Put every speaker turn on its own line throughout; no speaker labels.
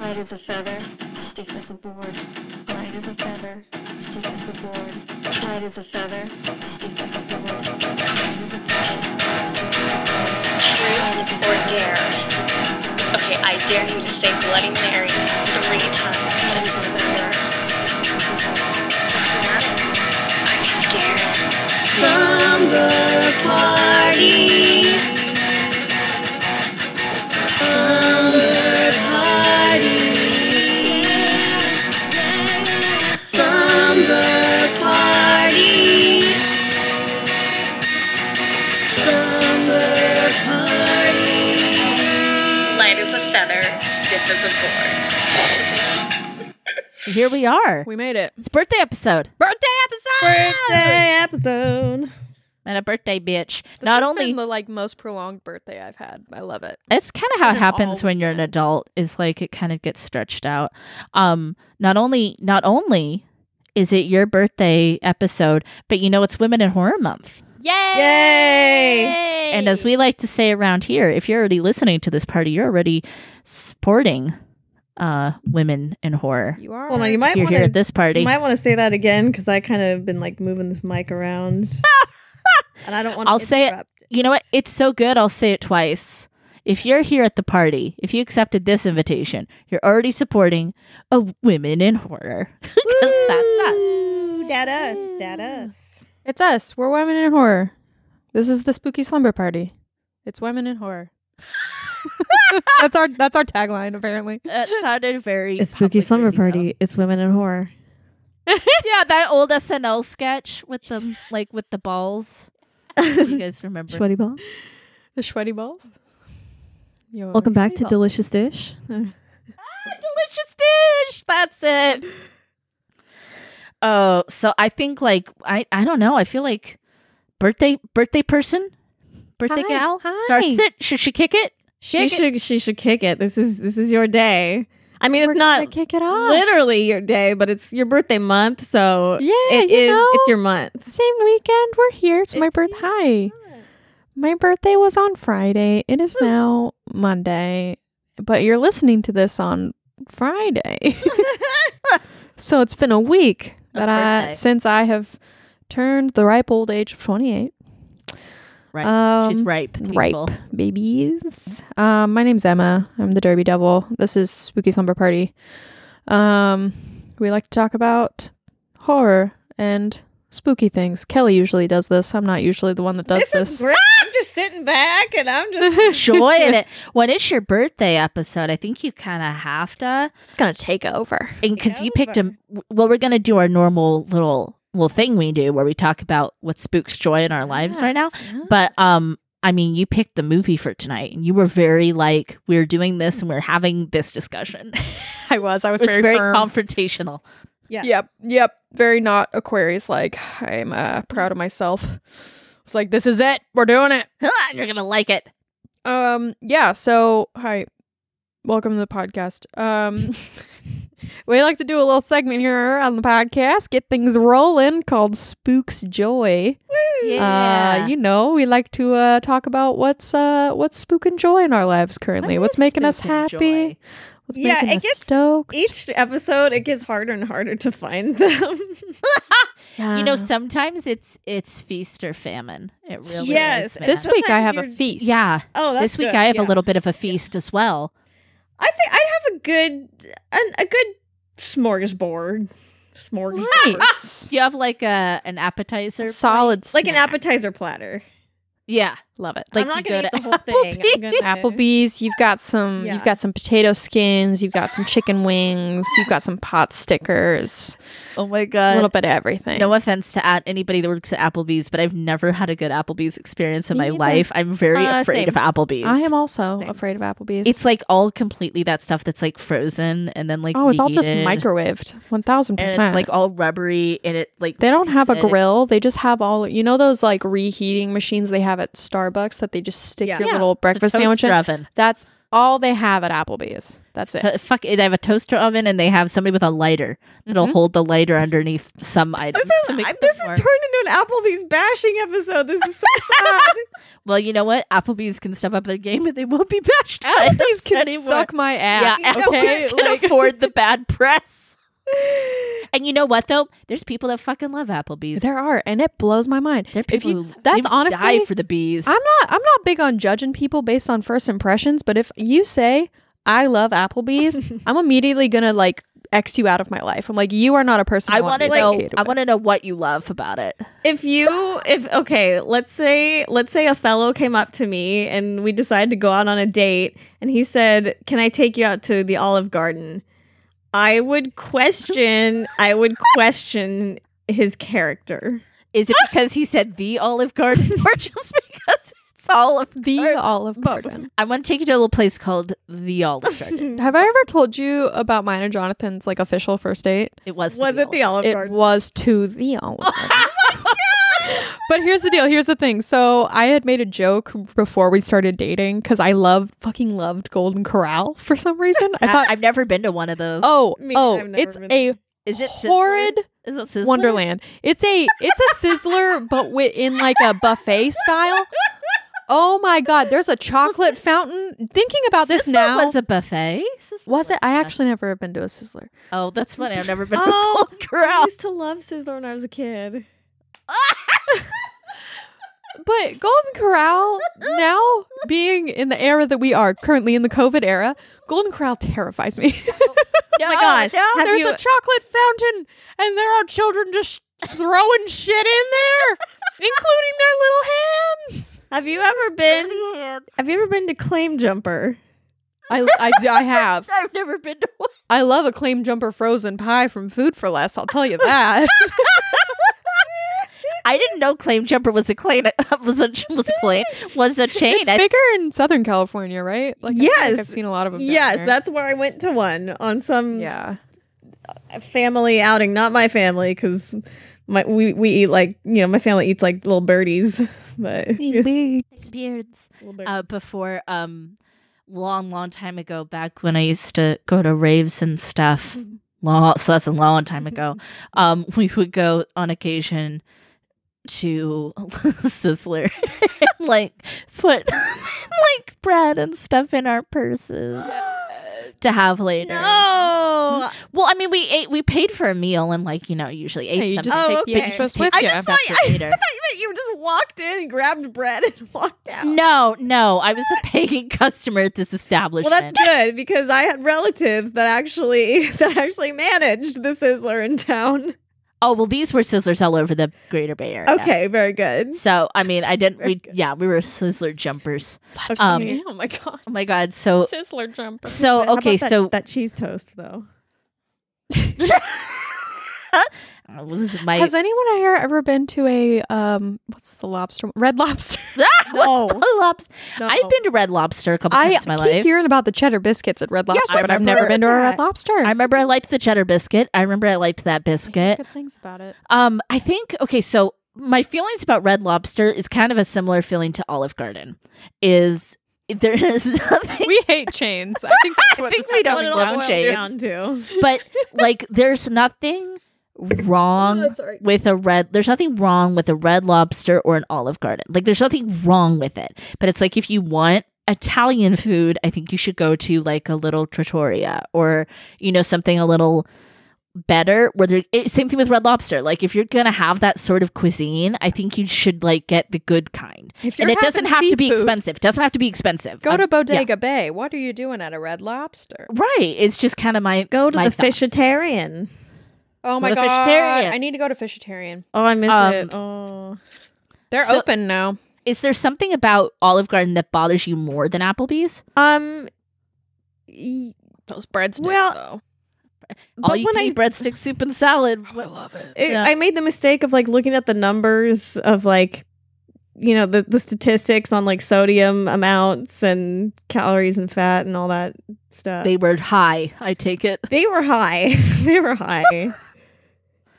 Light as a feather, stiff as a board. Light as a feather, stiff as a board. Light as a feather, stiff as a board. Light as a feather, stiff as a board. Light as a
Truth or
feather,
dare?
stiff as a board.
Okay, I dare you to say Bloody Mary three times.
Light as a feather, stiff as a board.
Are you scared?
Slumber party. Slumber party. Slumber party. Slumber party.
Light as a feather, stiff as a board.
Here we are.
We made it.
It's birthday episode.
Birthday episode.
Birthday episode.
And a birthday bitch.
This
Not
has
only
been the like most prolonged birthday I've had. I love it.
it's kind of how
been
it
an
happens
all
when you're an
weekend.
adult is like it kind of gets stretched out um not only not only is it your birthday episode but you know it's women in horror month
Yay!
and as we like to say around here if you're already listening to this party you're already supporting uh women in horror
you are
Well, now you might
you're
want
here
to
at this party
You might want to say that again because I kind of been like moving this mic around, and I don't want.
I'll say it- you know what it's so good i'll say it twice if you're here at the party if you accepted this invitation you're already supporting a women in horror because that's us
Dad us, dad us.
It's us. We're women in horror. This is the spooky slumber party. It's women in horror. that's our that's our tagline apparently.
That sounded very
It's spooky
public
slumber
video.
party. It's women in horror.
Yeah, that old SNL sketch with the like with the balls. You guys remember?
Sweaty ball.
The sweaty balls. Yo,
Welcome back to
sweaty balls.
Delicious Dish.
Ah, delicious dish. That's it. Oh, so I think like I I don't know. I feel like birthday birthday person, birthday
Hi,
gal
hi.
starts it. Should she kick it?
She
Kick it.
should. She should kick it. This is this is your day. I mean,
We're
it's
gonna
not
kick it off.
literally your day, but it's your birthday month, so
Yeah,
it
you
is.
know.
It's your month.
Same weekend. We're here. It's, my
It's
birthday. Hi. My birthday was on Friday. It is now Monday, but you're listening to this on Friday. so it's been a week
A
that I
birthday.
since I have turned the ripe old age of 28.
Right.
Um,
She's ripe.
ripe.
people.
babies. Um, my name's Emma. I'm the Derby Devil. This is Spooky Slumber Party. Um, we like to talk about horror and spooky things. Kelly usually does this. I'm not usually the one that does
This
this.
is great. I'm just sitting back and I'm just
Enjoying it. When it's your birthday episode, I think you kind of have to.
gonna take over.
and
Take
because you picked a
over.
well we're gonna do our normal little little thing we do where we talk about what spooks joy in our lives right now but um i mean you picked the movie for tonight and you were very like we're doing this and we're having this discussion it
I was. I was,
was very,
very, firm.
confrontational
Yeah.
Yep. Yep. Very not Aquarius like. I'm uh, proud of myself. It's like this is it. We're doing it.
Ah, and you're gonna like it
Um yeah, so hi. Welcome to the podcast. Um we like to do a little segment here on the podcast, get things rolling called Spooks Joy.
yeah
Uh you know, we like to uh talk about what's uh what's spooking joy in our lives currently.
What
what's
is
making us
spook and
happy?
joy?
What's
Yeah,
making
it
us
gets-
stoked?
each episode it gets harder and harder to find them.
you
Uh.
know sometimes it's it's feast or famine it really
Yes.
is man.
this week I
sometimes
have a
you're-
feast.
yeah
oh, that's
this week
good.
i have
Yeah.
a little bit of a feast as well
I think I'd have a good an, a good smorgasbord. Smorgasbord.
Nice.
do you have like a an appetizer plate?
Solid
Like an
snack.
appetizer platter.
yeah
Love it.
like
I'm not
you
gonna
go
eat the
to
whole thing. I'm gonna-
Applebee's, you've got some
Yeah.
you've got some potato skins, you've got some chicken wings, you've got some pot stickers,
oh my
a
god
little bit of everything.
No offense to at anybody that works at Applebee's, but I've never had a good Applebee's experience in
Me
my
either.
life. I'm very
Uh,
afraid
same.
of Applebee's.
I am also
Same.
afraid of Applebee's.
It's like all completely that stuff that's like frozen and then like
oh, it's all just
reheated,
microwaved. 1000%.
and it's like all rubbery and it like
they don't
looks
have a
acidic.
grill. They just have all you know those like reheating machines they have at Starbucks that they just stick
Yeah.
your
Yeah.
little
It's a
breakfast
toaster
sandwich in.
oven.
That's all they have at Applebee's. That's it.
To- fuck, they have a toaster oven and they have somebody with a lighter that'll
Mhm.
hold the lighter underneath some items.
This is,
to make
I-
them
this is
warm.
turned into an Applebee's bashing episode. This is so sad.
well, you know what? Applebee's can step up their game and they won't be bashed. by
Applebee's
us
can
anymore.
suck my
Yeah,
ass.
Applebee's
okay,
can
like,
afford the bad press. And you know what though? There's people that fucking love Applebee's.
there are, and it blows my mind.
There are
If
people
you,
who
that's
they
honestly,
die for the bees.
I'm not, I'm not big on judging people based on first impressions, but if you say I love Applebee's, I'm immediately gonna like X you out of my life. I'm like, you are not a person. I,
I want to
to
know. I want to know what you love about it.
if you if okay let's say let's say a fellow came up to me and we decided to go out on a date and he said can i take you out to the olive garden i would question i would question his character
Is it because he said the Olive Garden, or just because it's Olive?
the
Or-
Olive Garden.
I want to take you to a little place called the Olive Garden.
Have I ever told you about mine and Jonathan's like official first date?
It was. to
was it the olive
it
garden
was to the Olive Garden. but here's the deal. Here's the thing. So I had made a joke before we started dating because I love fucking loved Golden Corral for some reason. I
I,
thought,
have never been to one of those.
oh,
Me,
oh,
I've never
it's
been
a
is it Sizzler?
horrid
Is it Sizzler?
Wonderland. It's a it's a sizzler, but wi- in like a buffet style. Oh my god, there's a chocolate fountain. Thinking about this
Sizzler
now,
was a buffet. Sizzler
was it? I
a-
actually never have been to a sizzler.
Oh, that's funny. I've never been to a
oh
Golden
i
Corral.
used to love sizzler when i was a kid
But Golden Corral, now being in the era that we are currently in the COVID era, Golden Corral terrifies me.
No,
my gosh.
no.
Have
There's
you-
a chocolate fountain, and there are children just throwing shit in there, including their little hands.
have you ever been have you ever been to claim jumper
I, I, do- I have.
I've never been to one.
I love a claim jumper frozen pie from Food for Less, I'll tell you that.
I didn't know Claim Jumper was a claim. Was a was a claim. Was a chain.
It's
I-
bigger in Southern California, right? Like, I feel like
Yes.
I've seen a lot of them. down
yes
there.
that's where i went to one on some
Yeah.
family outing, not my family, because my we, we eat like you know my family eats like little birdies, but
beards.
Little bird-
uh, before um long long time ago back when i used to go to raves and stuff long, so that's a long time ago um we would go on occasion to sizzler and like put like bread and stuff in our purses to have later
no.
well i mean we ate we paid for a meal and like you know usually ate
Yeah, you just
something
Oh,
take
okay.
pictures
Just
with
take
I
you.
just thought,
Yeah.
you, Oh, I
Later.
thought you meant you just walked in and grabbed bread and walked out.
no no i was a paying customer at this
Well,
establishment
that's good because I had relatives that actually that actually managed the Sizzler in town.
Oh well, these were sizzlers all over the Greater Bay Area.
Okay, very good.
So I mean, I didn't.
Very
We
good.
yeah, we were sizzler jumpers.
That's
Um,
funny. oh my god.
Oh my god. So
Sizzler jumper.
so
How about
okay.
that-
So
that cheese toast though.
Uh, was this my
Has anyone here ever been to a um what's the lobster red lobster?
Ah, what's
No.
the lobs-
No.
I've been to Red Lobster a couple
I
times in my
keep
life.
hearing about the cheddar biscuits at Red Lobster,
I've
but I've
never
never been to a
heard
Red
that.
Lobster.
I remember I liked the cheddar biscuit. I remember I liked that biscuit.
good things about it.
Um, I think okay, so my feelings about Red Lobster is kind of a similar feeling to Olive Garden. Is there is nothing
We hate chains. I think that's what
think
this
we
is
don't
What
coming
it
like
all
brown
down
boils down to.
shades. but like there's nothing wrong with a red there's nothing wrong with a red lobster or an olive garden like there's nothing wrong with it but it's like if you want italian food i think you should go to like a little trattoria or you know something a little better where there it, same thing with red lobster like if you're gonna have that sort of cuisine i think you should like get the good kind
If
and
you're
it doesn't
having
have to be
seafood,
expensive it doesn't have to be expensive
Go
I'm-
to Bodega Bay. What are you doing at a Red Lobster?
right it's just kind of my
Go to
my
the
thought.
fishitarian.
Oh my
Go to
god!
Fishitarian.
I need to go to Fishitarian.
Oh, I miss
Um,
it. Oh.
They're
So-
open now.
is there something about Olive Garden that bothers you more than Applebee's?
Um. y-
Those breadsticks,
Well,
though.
All
But
you
when
can
I
eat breadstick soup and salad.
I love it.
it,
Yeah.
I made the mistake of like looking at the numbers of like you know the the statistics on like sodium amounts and calories and fat and all that stuff.
They were high. I take it.
they were high. they were high.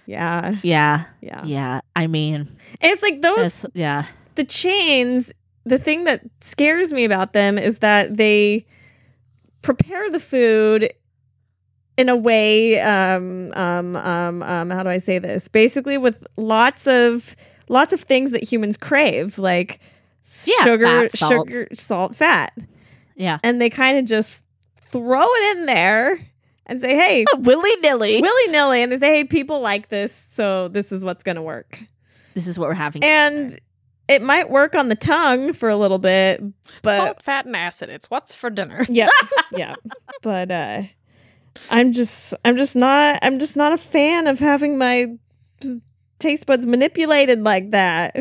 yeah,
Yeah,
yeah.
yeah. I mean,
And it's like those
that's, yeah.
the chains. The thing that scares me about them is that they prepare the food in a way um, um, um, um, how do i say this basically with lots of lots of things that humans crave like s-
Yeah,
sugar
fat, salt.
sugar salt fat
Yeah.
and they kind of just throw it in there and say hey
Willy nilly.
willy-nilly and they say hey people like this so this is what's going to work
this is what we're having.
and it might work on the tongue for a little bit but
Salt, fat, and acid. It's what's for dinner.
yeah yeah but uh i'm just i'm just not i'm just not a fan of having my taste buds manipulated like that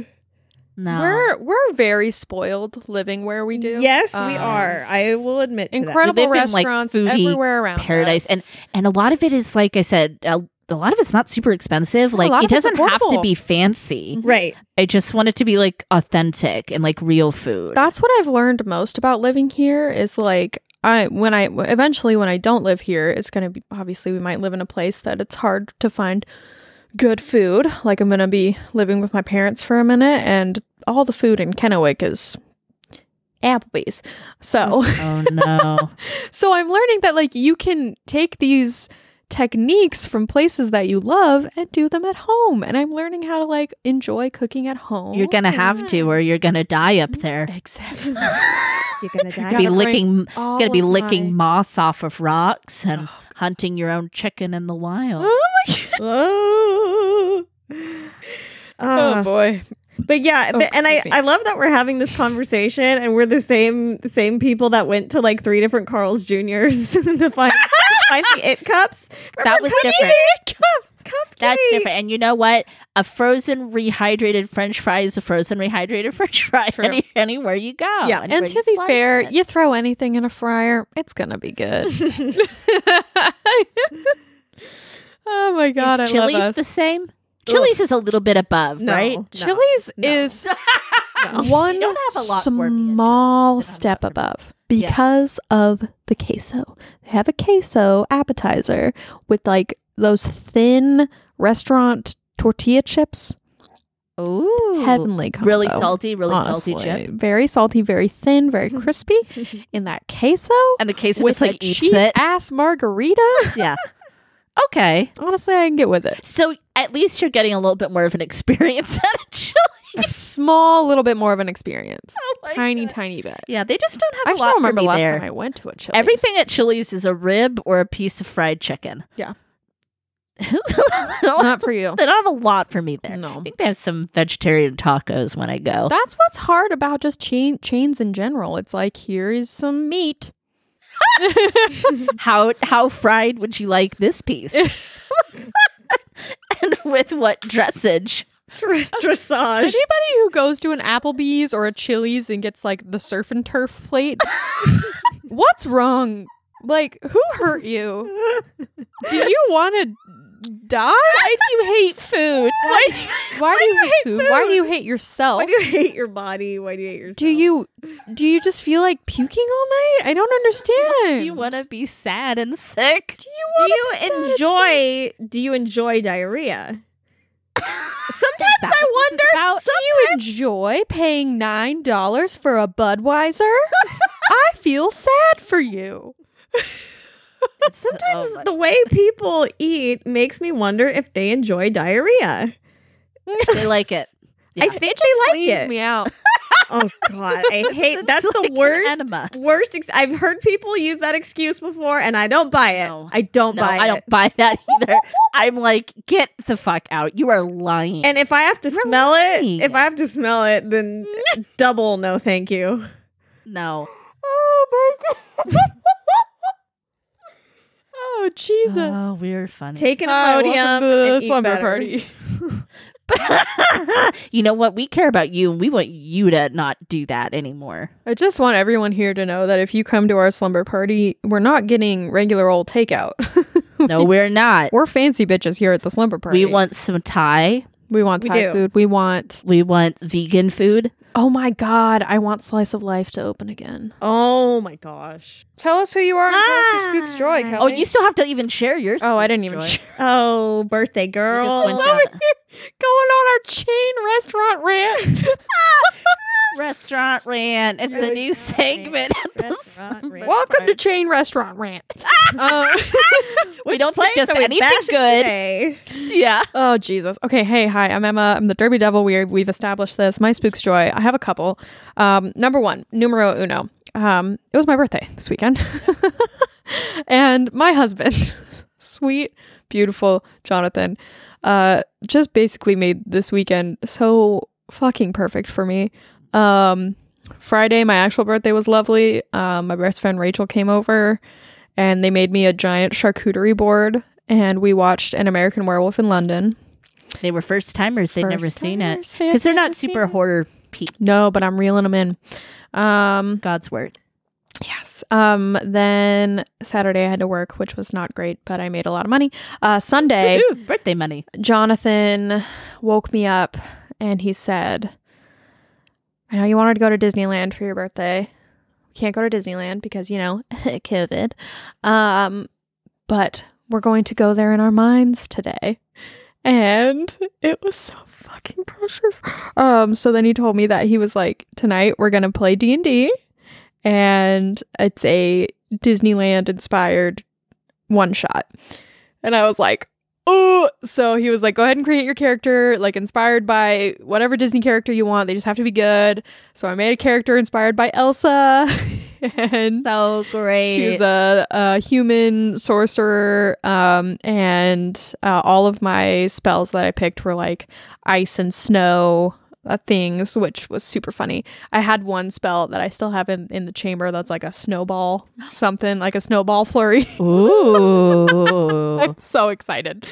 no.
We're we're very spoiled living where we do.
yes we
Um,
are i will admit to that.
Incredible
They live in, like,
restaurants
foodie
everywhere around
paradise,
us.
and a lot of it is like I said, a, a lot of it's not super expensive.
a lot
Like
of
it
it's
doesn't have to
affordable.
be fancy.
right
I just want it to be like authentic and like real food.
That's
That's what I've learned most about living here is like I when I eventually when I don't live here, it's going to be obviously we might live in a place that it's hard to find good food. Like I'm going to be living with my parents for a minute and all the food in Kennewick is Applebee's. So,
oh no.
so I'm learning that like you can take these techniques from places that you love and do them at home. And I'm learning how to like enjoy cooking at home.
You're gonna have to or you're gonna die up there.
Exactly.
you're gonna die
Be
gotta bring
licking
All
gonna be
of
licking
my-
moss off of rocks and hunting your own chicken in the wild.
oh.
Oh
Uh-huh.
Ah.
boy.
but yeah
Oh,
th- and I,
excuse me.
I love that we're having this conversation and we're the same the same people that went to like three different carl's juniors to find, to find the it cups
That was different.
it cups cupcake.
That's different. And you know what? A frozen rehydrated French fry is a frozen rehydrated French fry.
True.
Any, anywhere you go.
Yeah.
anywhere
And
you
to be
slice
fair,
it.
you throw anything in a fryer, it's gonna be good.
Oh my god,
is
I love
Chili's
us.
the same? Chili's is a little bit above,
no,
right?
Chili's
no.
is
no.
one
don't have a lot for me at Chili's
small
that I'm
step
not familiar
above
Yeah.
because of the queso. They have a queso appetizer with like those thin restaurant tortilla chips.
Ooh.
Heavenly combo.
really salty, really salty
honestly.
chip.
Very salty, very thin, very crispy. in that queso
And the queso
with
just like
a
eats
cheap
it.
ass margarita.
yeah. Okay.
honestly, I can get with it.
So at least you're getting a little bit more of an experience at a Chili's.
A small little bit more of an experience.
Oh my
tiny,
God.
tiny bit.
Yeah, they just don't have
I
a lot
still remember
for me
last
there.
time I went to a Chili's.
Everything at Chili's is a rib or a piece of fried chicken.
Yeah.
they, don't
not
have,
for you.
they don't have a lot for me there. I
No,
think they have some vegetarian tacos when I go.
that's what's hard about just chain chains in general. It's like here is some meat.
How how fried would you like this piece? and with what dressage?
Dress- dressage
Anybody who goes to an Applebee's or a Chili's and gets like the surf and turf plate, what's wrong? Like, who hurt you? Do you want to die?
Why do you hate food? Why do you-
Why do you hate food? Why do you hate yourself?
why do you hate your body why do you hate yourself
Do you do you just feel like puking all night? I don't understand.
do you want to be sad and sick?
do you enjoy do you enjoy diarrhea sometimes i wonder
about do you enjoy paying nine dollars for a Budweiser? I feel sad for you.
Sometimes
Oh my-
the way people eat makes me wonder if they enjoy diarrhea.
they like it. Yeah.
I think they like
Please
it.
me out.
Oh god, I hate
It's
that's
like
the
an
worst.
enema.
Worst. Ex- I've heard people use that excuse before, and I don't buy it.
No.
I don't
No,
buy
I
it.
don't buy that either. I'm like, get the fuck out. You are lying.
And if I have to
You're
smell
lying.
it, if I have to smell it, then double no, thank you.
no.
Oh Jesus.
Oh, we're funny.
Take an
Hi,
Imodium
welcome
and
to the
eat
slumber
better.
party.
you know what? We care about you and we want you to not do that anymore.
I just want everyone here to know that if you come to our slumber party, we're not getting regular old takeout.
No, we're not.
we're fancy bitches here at the slumber party.
We want some Thai.
we want
We
Thai
do.
food. We want
We want vegan food.
Oh my god, I want Slice of Life to open again.
Oh my gosh.
Tell us who you are and tell us your spooks joy,
Hi.
Kelly.
Oh, you still have to even share yours.
Oh, I didn't even
share.
Oh, birthday girl.
went down-
going on our chain restaurant rant.
Restaurant Rant. It's the new segment. at the
Restaurant
Summer
Rant.
Welcome to
Party.
Chain Restaurant Rant. Uh,
We don't
Play,
suggest
so we
anything
bash it
good.
today.
Yeah.
Oh Jesus. Okay, hey, hi. I'm Emma. I'm the Derby Devil. We we've established this. My spooks joy. I have a couple. Um, number one, numero uno. Um, it was my birthday this weekend, and my husband, sweet, beautiful Jonathan, uh, just basically made this weekend so fucking perfect for me. Um, Friday, my actual birthday was lovely. Um, my best friend Rachel came over and they made me a giant charcuterie board and we watched An American Werewolf in London.
They were first timers. They'd never
First
seen it
timers, they had
because they're
never
not
seen
super
it.
horror peak.
No, but I'm reeling them in. Um,
God's word.
yes. Um, then Saturday I had to work, which was not great, but I made a lot of money. Uh, Sunday,
Woohoo, birthday money.
Jonathan woke me up and he said, I know you wanted to go to Disneyland for your birthday. We can't go to Disneyland because, you know, COVID. Um, but we're going to go there in our minds today. And it was so fucking precious. Um, so then he told me that he was like, tonight we're gonna play D and D, and it's a Disneyland inspired one shot. And I was like, oh. So he was like, go ahead and create your character, like inspired by whatever Disney character you want. They just have to be good. So I made a character inspired by Elsa, and
So great.
she was a, a human sorcerer, um, and uh, all of my spells that I picked were like ice and snow uh, things, which was super funny. I had one spell that I still have in, in the chamber that's like a snowball something, like a snowball flurry.
Ooh.
I'm so excited.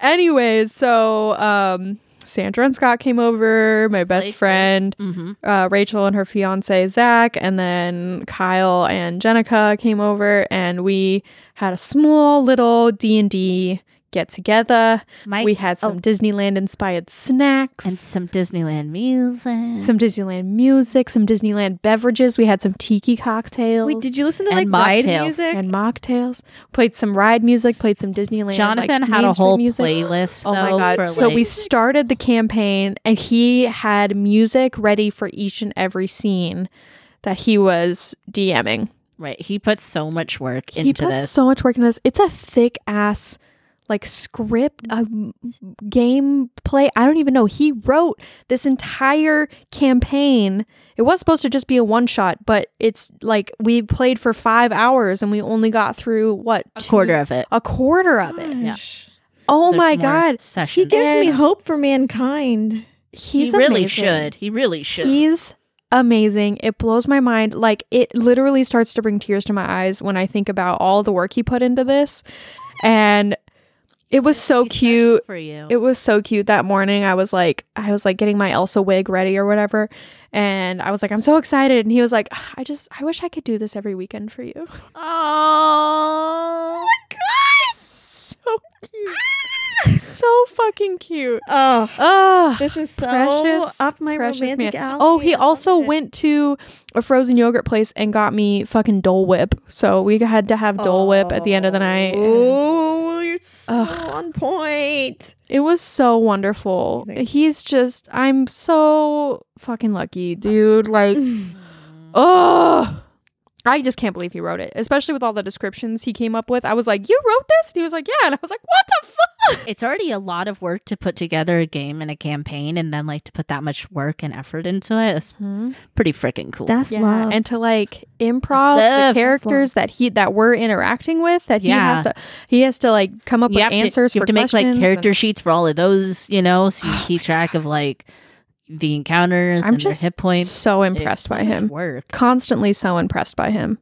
Anyways, so um, Sandra and Scott came over, my best
Playful.
friend
hmm
uh, Rachel and her fiance Zach, and then Kyle and Jenica came over, and we had a small little D and D get together.
Mike
we had some
oh.
Disneyland inspired snacks.
and some Disneyland music.
some Disneyland music, some Disneyland beverages. We had some tiki cocktails
Wait, did you listen to like
And
ride
mocktails.
music?
and mocktails. Played some ride music. Played some Disneyland.
Jonathan
like,
had
Main
a
Street
whole
music.
playlist.
Oh
though,
my
for,
god. So
like-
we started the campaign and he had music ready for each and every scene that he was DMing.
right. He put so much work
he
into
put
this.
so much work into this. It's a thick ass like script, a m- game play. I don't even know. He wrote this entire campaign. It was supposed to just be a one shot, but it's like we played for five hours and we only got through what
a
two-
quarter of it.
a quarter of it.
Yeah.
Oh
There's
my
more
god!
sessions.
He gives me hope for mankind.
He's
he really
amazing.
should. He really should.
He's amazing. It blows my mind. Like it literally starts to bring tears to my eyes when I think about all the work he put into this. And it was so
He's special
cute.
for you.
It was so cute that morning. I was like I was like getting my Elsa wig ready or whatever and I was like I'm so excited and he was like I just I wish I could do this every weekend for you.
oh.
so cute. so fucking cute.
Oh,
Ugh.
this is so
Precious,
up my
precious man.
romantic alley.
Oh, he
I love
also
it.
went to a frozen yogurt place and got me fucking Dole Whip. So we had to have Dole Whip at the end of the night. and
Oh, you're so
Ugh.
on point.
It was so wonderful.
Amazing.
He's just I'm so fucking lucky, dude. Like oh I just can't believe he wrote it, especially with all the descriptions he came up with. I was like, "You wrote this?" And he was like, "Yeah." And I was like, "What the fuck?"
It's already a lot of work to put together a game and a campaign, and then like to put that much work and effort into it. It's
Hmm?
pretty freaking cool.
That's
Yeah,
love.
and to like improv
Love.
the characters that he that we're interacting with that he
Yeah.
has to he has to like come up
you have
with answers
to, you
for
have to make
questions.
like
and- Oh
character sheets for all of those, you know, so you keep track of like the encounters
I'm
and their
just
hit points.
so
It's
impressed
so
by
much
him.
Work.
Constantly so impressed by him.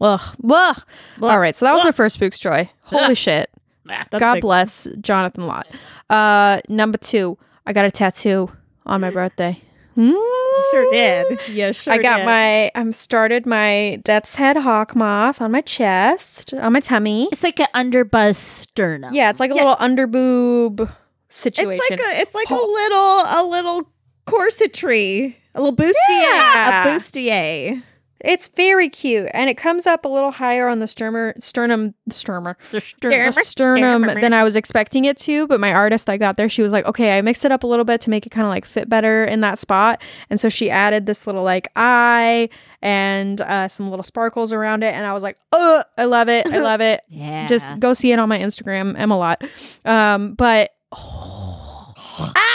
Ugh. Ugh.
Blah.
All right, so that was
Blah.
my first spook's joy. Holy shit.
That's
God
big.
bless Jonathan Lott. Uh number 2, I got a tattoo on my birthday. Hmm?
You Sure did. Yeah, sure.
I got
did.
my I'm started my death's head hawk moth on my chest, on my tummy.
It's like an underbuzz sternum.
Yeah, it's like a
Yes.
little underboob situation.
It's like a it's like a
Paul-
little a little corsetry, a little bustier,
Yeah.
a bustier.
It's very cute, and it comes up a little higher on the sturmer, sternum, sternum,
The
the sternum than I was expecting it to. But my artist I got there, she was like, okay, I mixed it up a little bit to make it kind of like fit better in that spot. And so she added this little like eye and uh, some little sparkles around it. And I was like, oh, I love it. I love it.
yeah.
Just go see it on my Instagram. I'm a lot. Um, but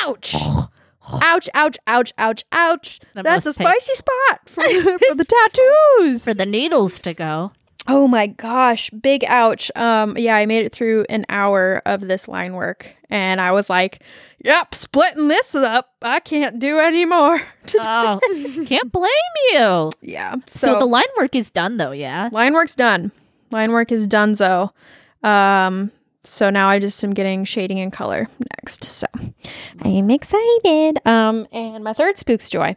ouch. Ouch, ouch, ouch, ouch, ouch.
That
That's a
must take-
spicy spot for, for the tattoos.
for the needles to go.
Oh my gosh, big ouch. Um yeah, I made it through an hour of this line work and I was like, yep, splitting this up. I can't do anymore.
Oh, can't blame you.
yeah.
So,
So,
the line work is done though, yeah.
line work's done. Line work is donezo. Um so now I just am getting shading and color next. So I am excited. Um and my third spook's joy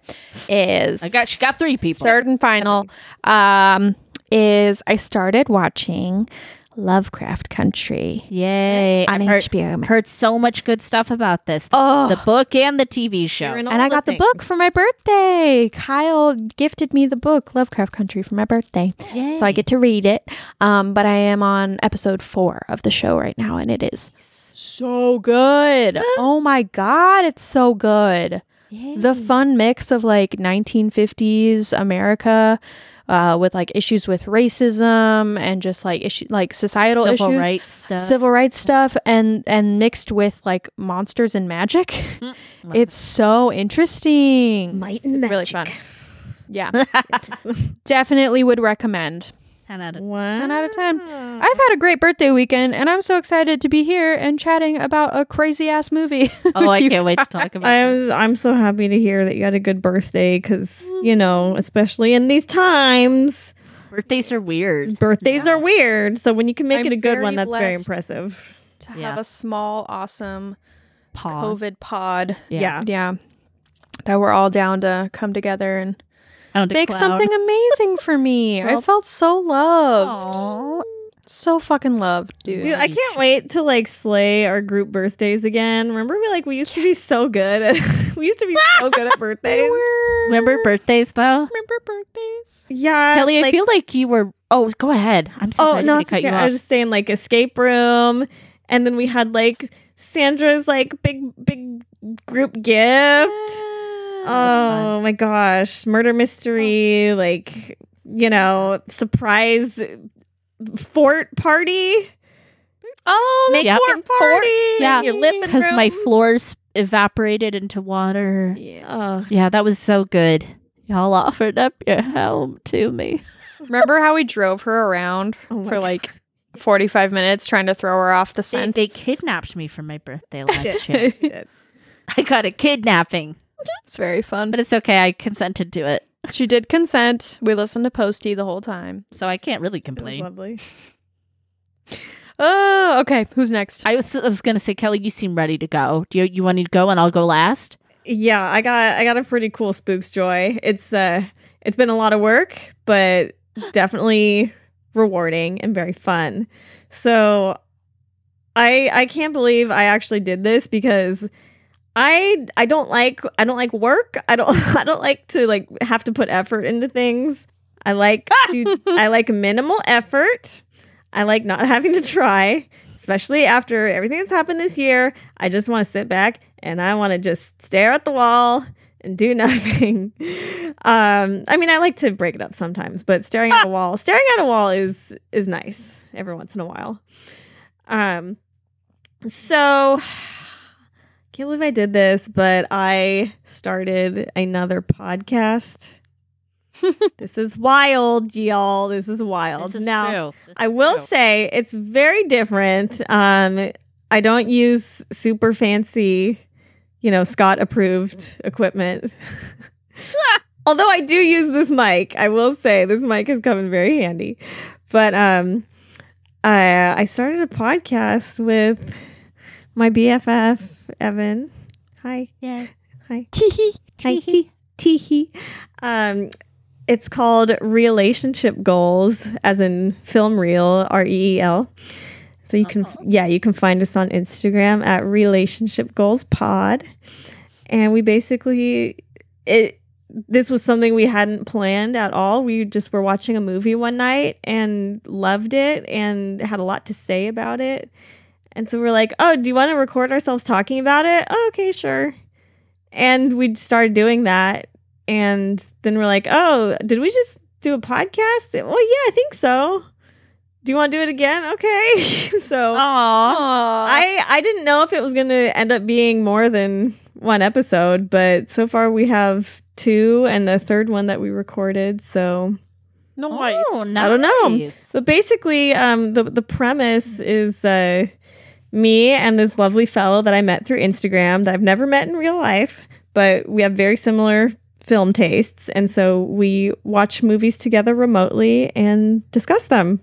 is
I got she got three people.
third and final um is I started watching Lovecraft Country.
Yay.
on
I've heard,
HBO. Max.
heard so much good stuff about this.
Oh,
The book and the TV show.
and I got the book for my birthday. Kyle gifted me the book Lovecraft Country for my birthday,
Yay.
so I get to read it. Um, but I am on episode four of the show right now, and it is so good. oh my god, it's so good.
Yay.
The fun mix of like 1950s America. Uh, with like issues with racism and just like issue like societal
civil
issues
rights stuff.
civil rights stuff and and mixed with like monsters and magic. it's so interesting.
Might and
Mm, it's really fun. Yeah. Definitely would recommend.
10 out of
Wow.
10 out of 10.
Ah.
I've had a great birthday weekend and I'm so excited to be here and chatting about a crazy ass movie.
Oh, I
You
can't wait to talk about it.
I'm I'm so happy to hear that you had a good birthday because
Mm.
you know especially in these times
Birthdays are weird.
birthdays are weird so when you can make
I'm
it a good one
very
that's very
blessed.
impressive
to
Yeah.
have a small awesome
Paw.
COVID pod.
Yeah.
yeah,
Yeah. That we're all down to come together and
Found a
make
cloud.
something amazing for me. I
Well-
felt so loved.
Aw.
So fucking loved, dude.
Dude, I can't wait to like slay our group birthdays again. Remember, we like we used to be so good. At, we used to be so good at birthdays.
Remember birthdays though?
Remember birthdays?
Yeah,
Kelly, I
like-
feel like you were Oh, go ahead. I'm so
Oh
sorry
no,
to
it's
cut
okay.
you
I
off.
was just saying like escape room, and then we had like Sandra's like big big group gift. Oh my gosh, murder mystery,
Oh.
like you know, surprise fort party.
Oh,
Make
yeah.
fort party.
Yeah,
your living
because
room.
my floors evaporated into water.
yeah.
Yeah, that was so good. Y'all offered up your home to me.
remember how we drove her around
Oh my
for like 45 minutes trying to throw her off the
They,
scent?
they kidnapped me for my birthday last year.
it's
I got a kidnapping,
very fun.
but it's okay. I consented to it,
she did consent. We listened to Posty the whole time.
so I can't really
It was
complain.
lovely.
Oh, okay. Who's next?
I was, I was going to say, Kelly, you seem ready to go. Do you, you want me to go and I'll go last?
Yeah, I got I got a pretty cool spooks joy. It's uh it's been a lot of work, but definitely rewarding and very fun. So I I can't believe I actually did this because I I don't like I don't like work. I don't I don't like to like have to put effort into things. I like to I like minimal effort. I like not having to try, especially after everything that's happened this year. I just want to sit back and I want to just stare at the wall and do nothing. Um, I mean, I like to break it up sometimes, but staring at a wall, staring at a wall is is nice every once in a while. Um, so can't believe I did this, but I started another podcast. this is wild, y'all. This is wild. now,
true. This
I
is
will
true.
say it's very different. Um, I don't use super fancy, you know, Scott approved equipment. Although I do use this mic, I will say this mic has come in very handy. But um, I, I started a podcast with my BFF, Evan. Hi.
Yeah.
Hi. Teehee. Hi. Tee- Teehee. Um, it's called Relationship Goals, as in film reel, R E E L. So you can, yeah, you can find us on Instagram at Relationship Goals Pod, and we basically it this was something we hadn't planned at all. We just were watching a movie one night and loved it and had a lot to say about it. And so we're like, oh, do you want to record ourselves talking about it? Oh, okay, sure. And we started doing that. And then we're like, oh, did we just do a podcast? Well, yeah, I think so. Do you want to do it again? Okay.
Oh,
so I, I didn't know if it was going to end up being more than one episode, but so far we have two and a third one that we recorded. So,
Oh, No
I don't know.
Oh, nice.
so basically, um, the the premise is uh, me and this lovely fellow that I met through Instagram that I've never met in real life, but we have very similar film tastes, and so we watch movies together remotely and discuss them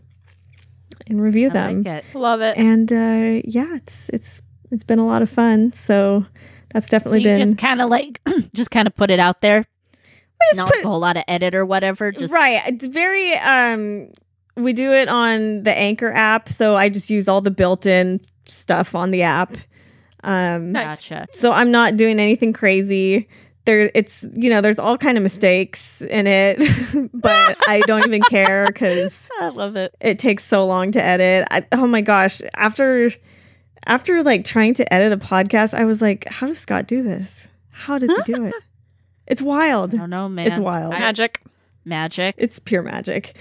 and review
I
them
like it.
Love it.
and uh, yeah, it's it's it's been a lot of fun. So that's
So
definitely
you
been
just kind of like, just kind of put it out there.
We just
Not
put
a whole lot of edit or whatever. Just
right. It's very um, we do it on the Anchor app, so I just use all the built-in stuff on the app. Um,
Nice.
gotcha.
so I'm not doing anything crazy. There, it's you know, there's all kind of mistakes in it, but I don't even care because
I love it.
it takes so long to edit. I, oh my gosh, after after like trying to edit a podcast, I was like, how does Scott do this? How did he do it? It's wild.
I don't know, man.
It's wild.
I-
Magic.
Magic.
It's pure magic.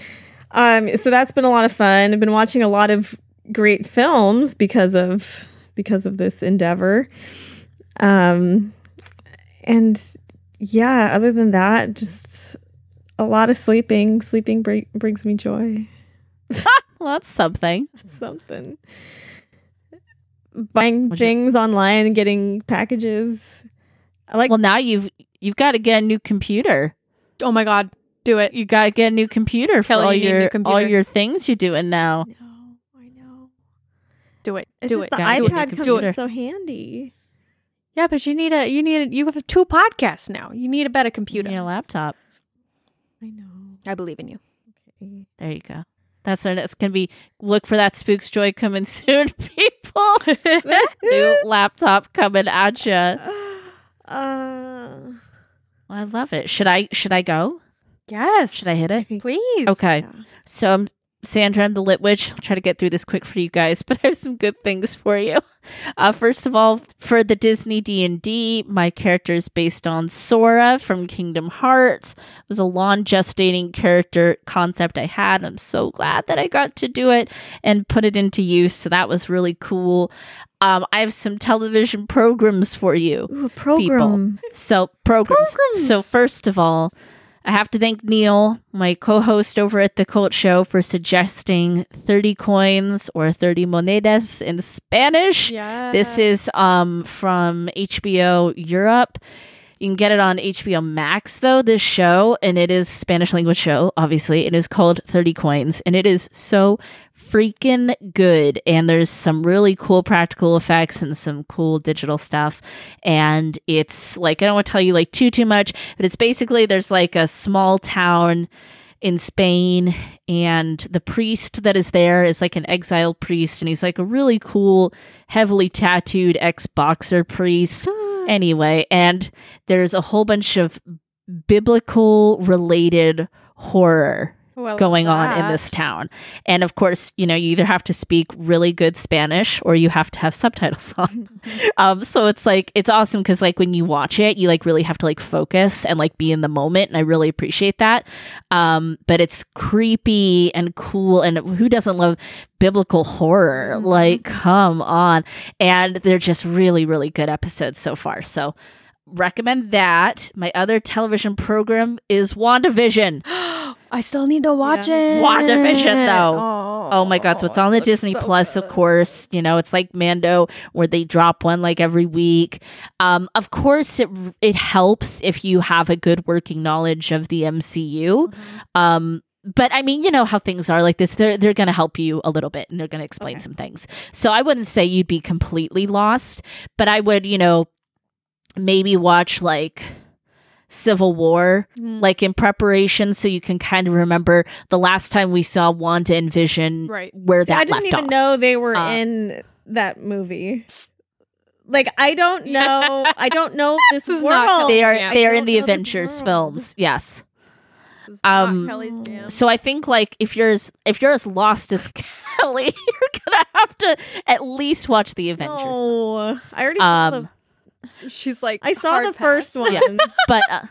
Um, so that's been a lot of fun. I've been watching a lot of great films because of because of this endeavor. Um, and yeah, other than that, just a lot of sleeping. Sleeping br- brings me joy.
Well, that's something.
something. Buying
What'd you-
things online and getting packages. I like
Well, now you've you've got to get a new computer.
Oh my god. Do it.
You got to get a new computer for
Kelly,
all
you need a new
your all
computer.
your things you're doing now.
No, I know.
Do it.
It's
do
just
it.
the
Guys, do it.
iPad comes
Do
in
it.
so handy.
yeah, but you need a you need a, you have two podcasts now. You need a better
You
computer.
need a laptop.
I know.
I believe in you.
Okay.
There you go. That's our, that's gonna be. Look for that spooks joy coming soon, people. new laptop coming at ya.
Uh,
I love it. Should I should I go?
Yes.
Should I hit it?
think-
Please.
Okay.
yeah.
So I'm Sandra, I'm the Lit Witch. I'll try to get through this quick for you guys, but I have some good things for you. Uh, first of all, for the Disney D and D, my character is based on Sora from Kingdom Hearts. It was a long gestating character concept I had. I'm so glad that I got to do it and put it into use. So that was really cool. Um, I have some television programs for you.
Ooh, a program.
So programs.
Programs.
So first of all, I have to thank Neil, my co-host over at the Cult Show, for suggesting thirty coins or thirty monedas in Spanish.
Yeah.
This is um from HBO Europe. You can get it on HBO Max though, this show, and it is Spanish language show, obviously. It is called 30 Coins and it is so freaking good and there's some really cool practical effects and some cool digital stuff and it's like I don't want to tell you like too too much, but it's basically there's like a small town in Spain and the priest that is there is like an exiled priest and he's like a really cool heavily tattooed ex-boxer priest
Hmm.
anyway and there's a whole bunch of biblical related horror
Well,
going on in
that-
this town. And of course, you know, you either have to speak really good Spanish or you have to have subtitles on. um, so it's like it's awesome because like when you watch it, you like really have to like focus and like be in the moment, and I really appreciate that. Um, but it's creepy and cool, and who doesn't love biblical horror? Like, come on! And they're just really, really good episodes so far. So. Recommend that. My other television program is WandaVision.
I still need to watch it.
WandaVision, though.
Oh,
Oh my god, so it's on the
it looks
Disney
so
Plus, of
good.
course. You know, it's like Mando where they drop one like every week. Um, of course it it helps if you have a good working knowledge of the MCU.
Mm-hmm.
Um but I mean, you know how things are like this. They're they're going to help you a little bit and they're going to explain some things. So I wouldn't say you'd be completely lost, but I would, you know, maybe watch like Civil War
Mm.
like in preparation so you can kind of remember the last time we saw Wanda and Vision
Right.
where
See,
that Uh,
I didn't
left
even
off.
know they were
Uh,
in that movie. like I don't know. I don't know this,
This is
world.
not
They are
Yeah,
they
I
are
don't
in the
know this
Avengers
world.
films. Yes.
It's
Um,
not Kelly's jam.
So I think like if you're as if you're as lost as Kelly, you're gonna have to at least watch the Avengers.
No, I already saw
Um,
the,
She's like,
I saw
hard
the
pass.
first one.
Yeah. but uh,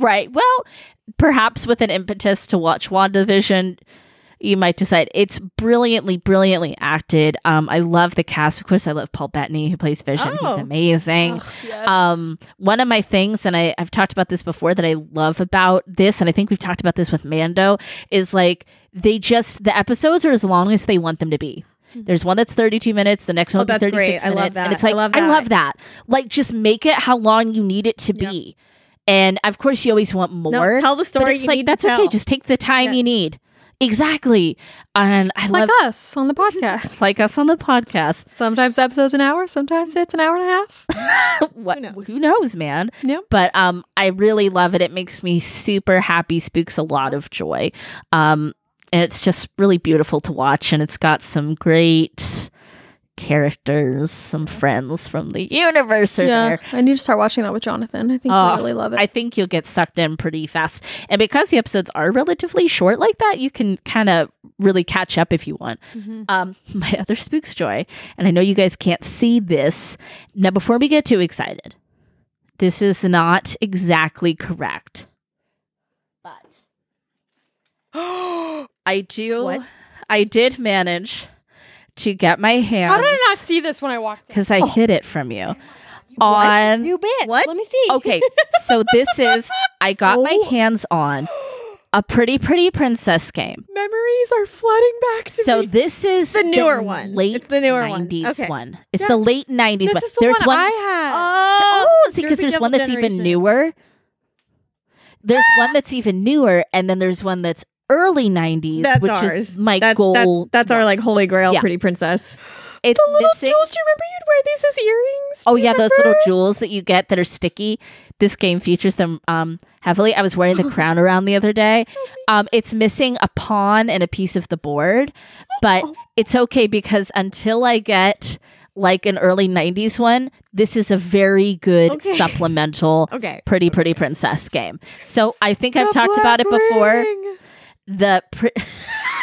right well perhaps with an impetus to watch wandavision you might decide it's brilliantly brilliantly acted um i love the cast of course i love paul bettany who plays vision
Oh.
he's amazing
Ugh, yes.
um one of my things and I, i've talked about this before that i love about this and i think we've talked about this with mando is like they just the episodes are as long as they want them to be there's one that's 32 minutes the next one
Mm-hmm. Oh,
will be
that's great.
36 minutes
I love
and
that.
it's like
I love that.
that. like just make it how long you need it to
Yeah.
be and of course you always want more
No, tell the story.
but it's
you
like
need to
that's okay
tell.
just take the time
Yeah.
you need exactly and i
It's
love
like us on the podcast.
like us on the podcast
Sometimes episodes an hour, sometimes it's an hour and a half.
what,
Who knows?
who knows, man?
Yeah.
But um, I really love it. It makes me super happy. Spooks a lot of joy. Um, and it's just really beautiful to watch, and it's got some great characters, some friends from the universe are there.
I need to start watching that with Jonathan. I think
Oh,
we really love it.
I think you'll get sucked in pretty fast. And because the episodes are relatively short like that, you can kind of really catch up if you want. Um, my other spooks joy, and I know you guys can't see this. Now, before we get too excited, this is not exactly correct. But I do,
What?
I did manage to get my hands
see this when I walked
because I hid it from you. On
You bet.
What?
Let me see.
okay, so this is I got my
Oh.
hands on a pretty pretty princess game.
Memories are flooding back to
So
me.
this is
The newer one.
late
It's the newer one.
90s
Okay.
one. It's the late nineties
this
one.
is the
There's
one,
one.
I had.
Oh,
oh, because
Derpy
there's one
Double
that's even
Generation.
newer. There's one that's even newer, and then there's one that's early nineties,
That's
which
ours.
is my
that's,
goal.
That's, that's our like holy grail,
Yeah.
pretty princess.
It's
the little
missing-
jewels. Do you remember you'd wear these as earrings?
Oh yeah, those little jewels that you get that are sticky. This game features them um, heavily. I was wearing the crown around the other day.
Oh,
Um, it's missing a pawn and a piece of the board, but
Oh.
it's okay because until I get like an early '90s one, this is a very good
Okay.
supplemental.
Okay.
Pretty pretty princess game. So I think I've talked about it before the pr-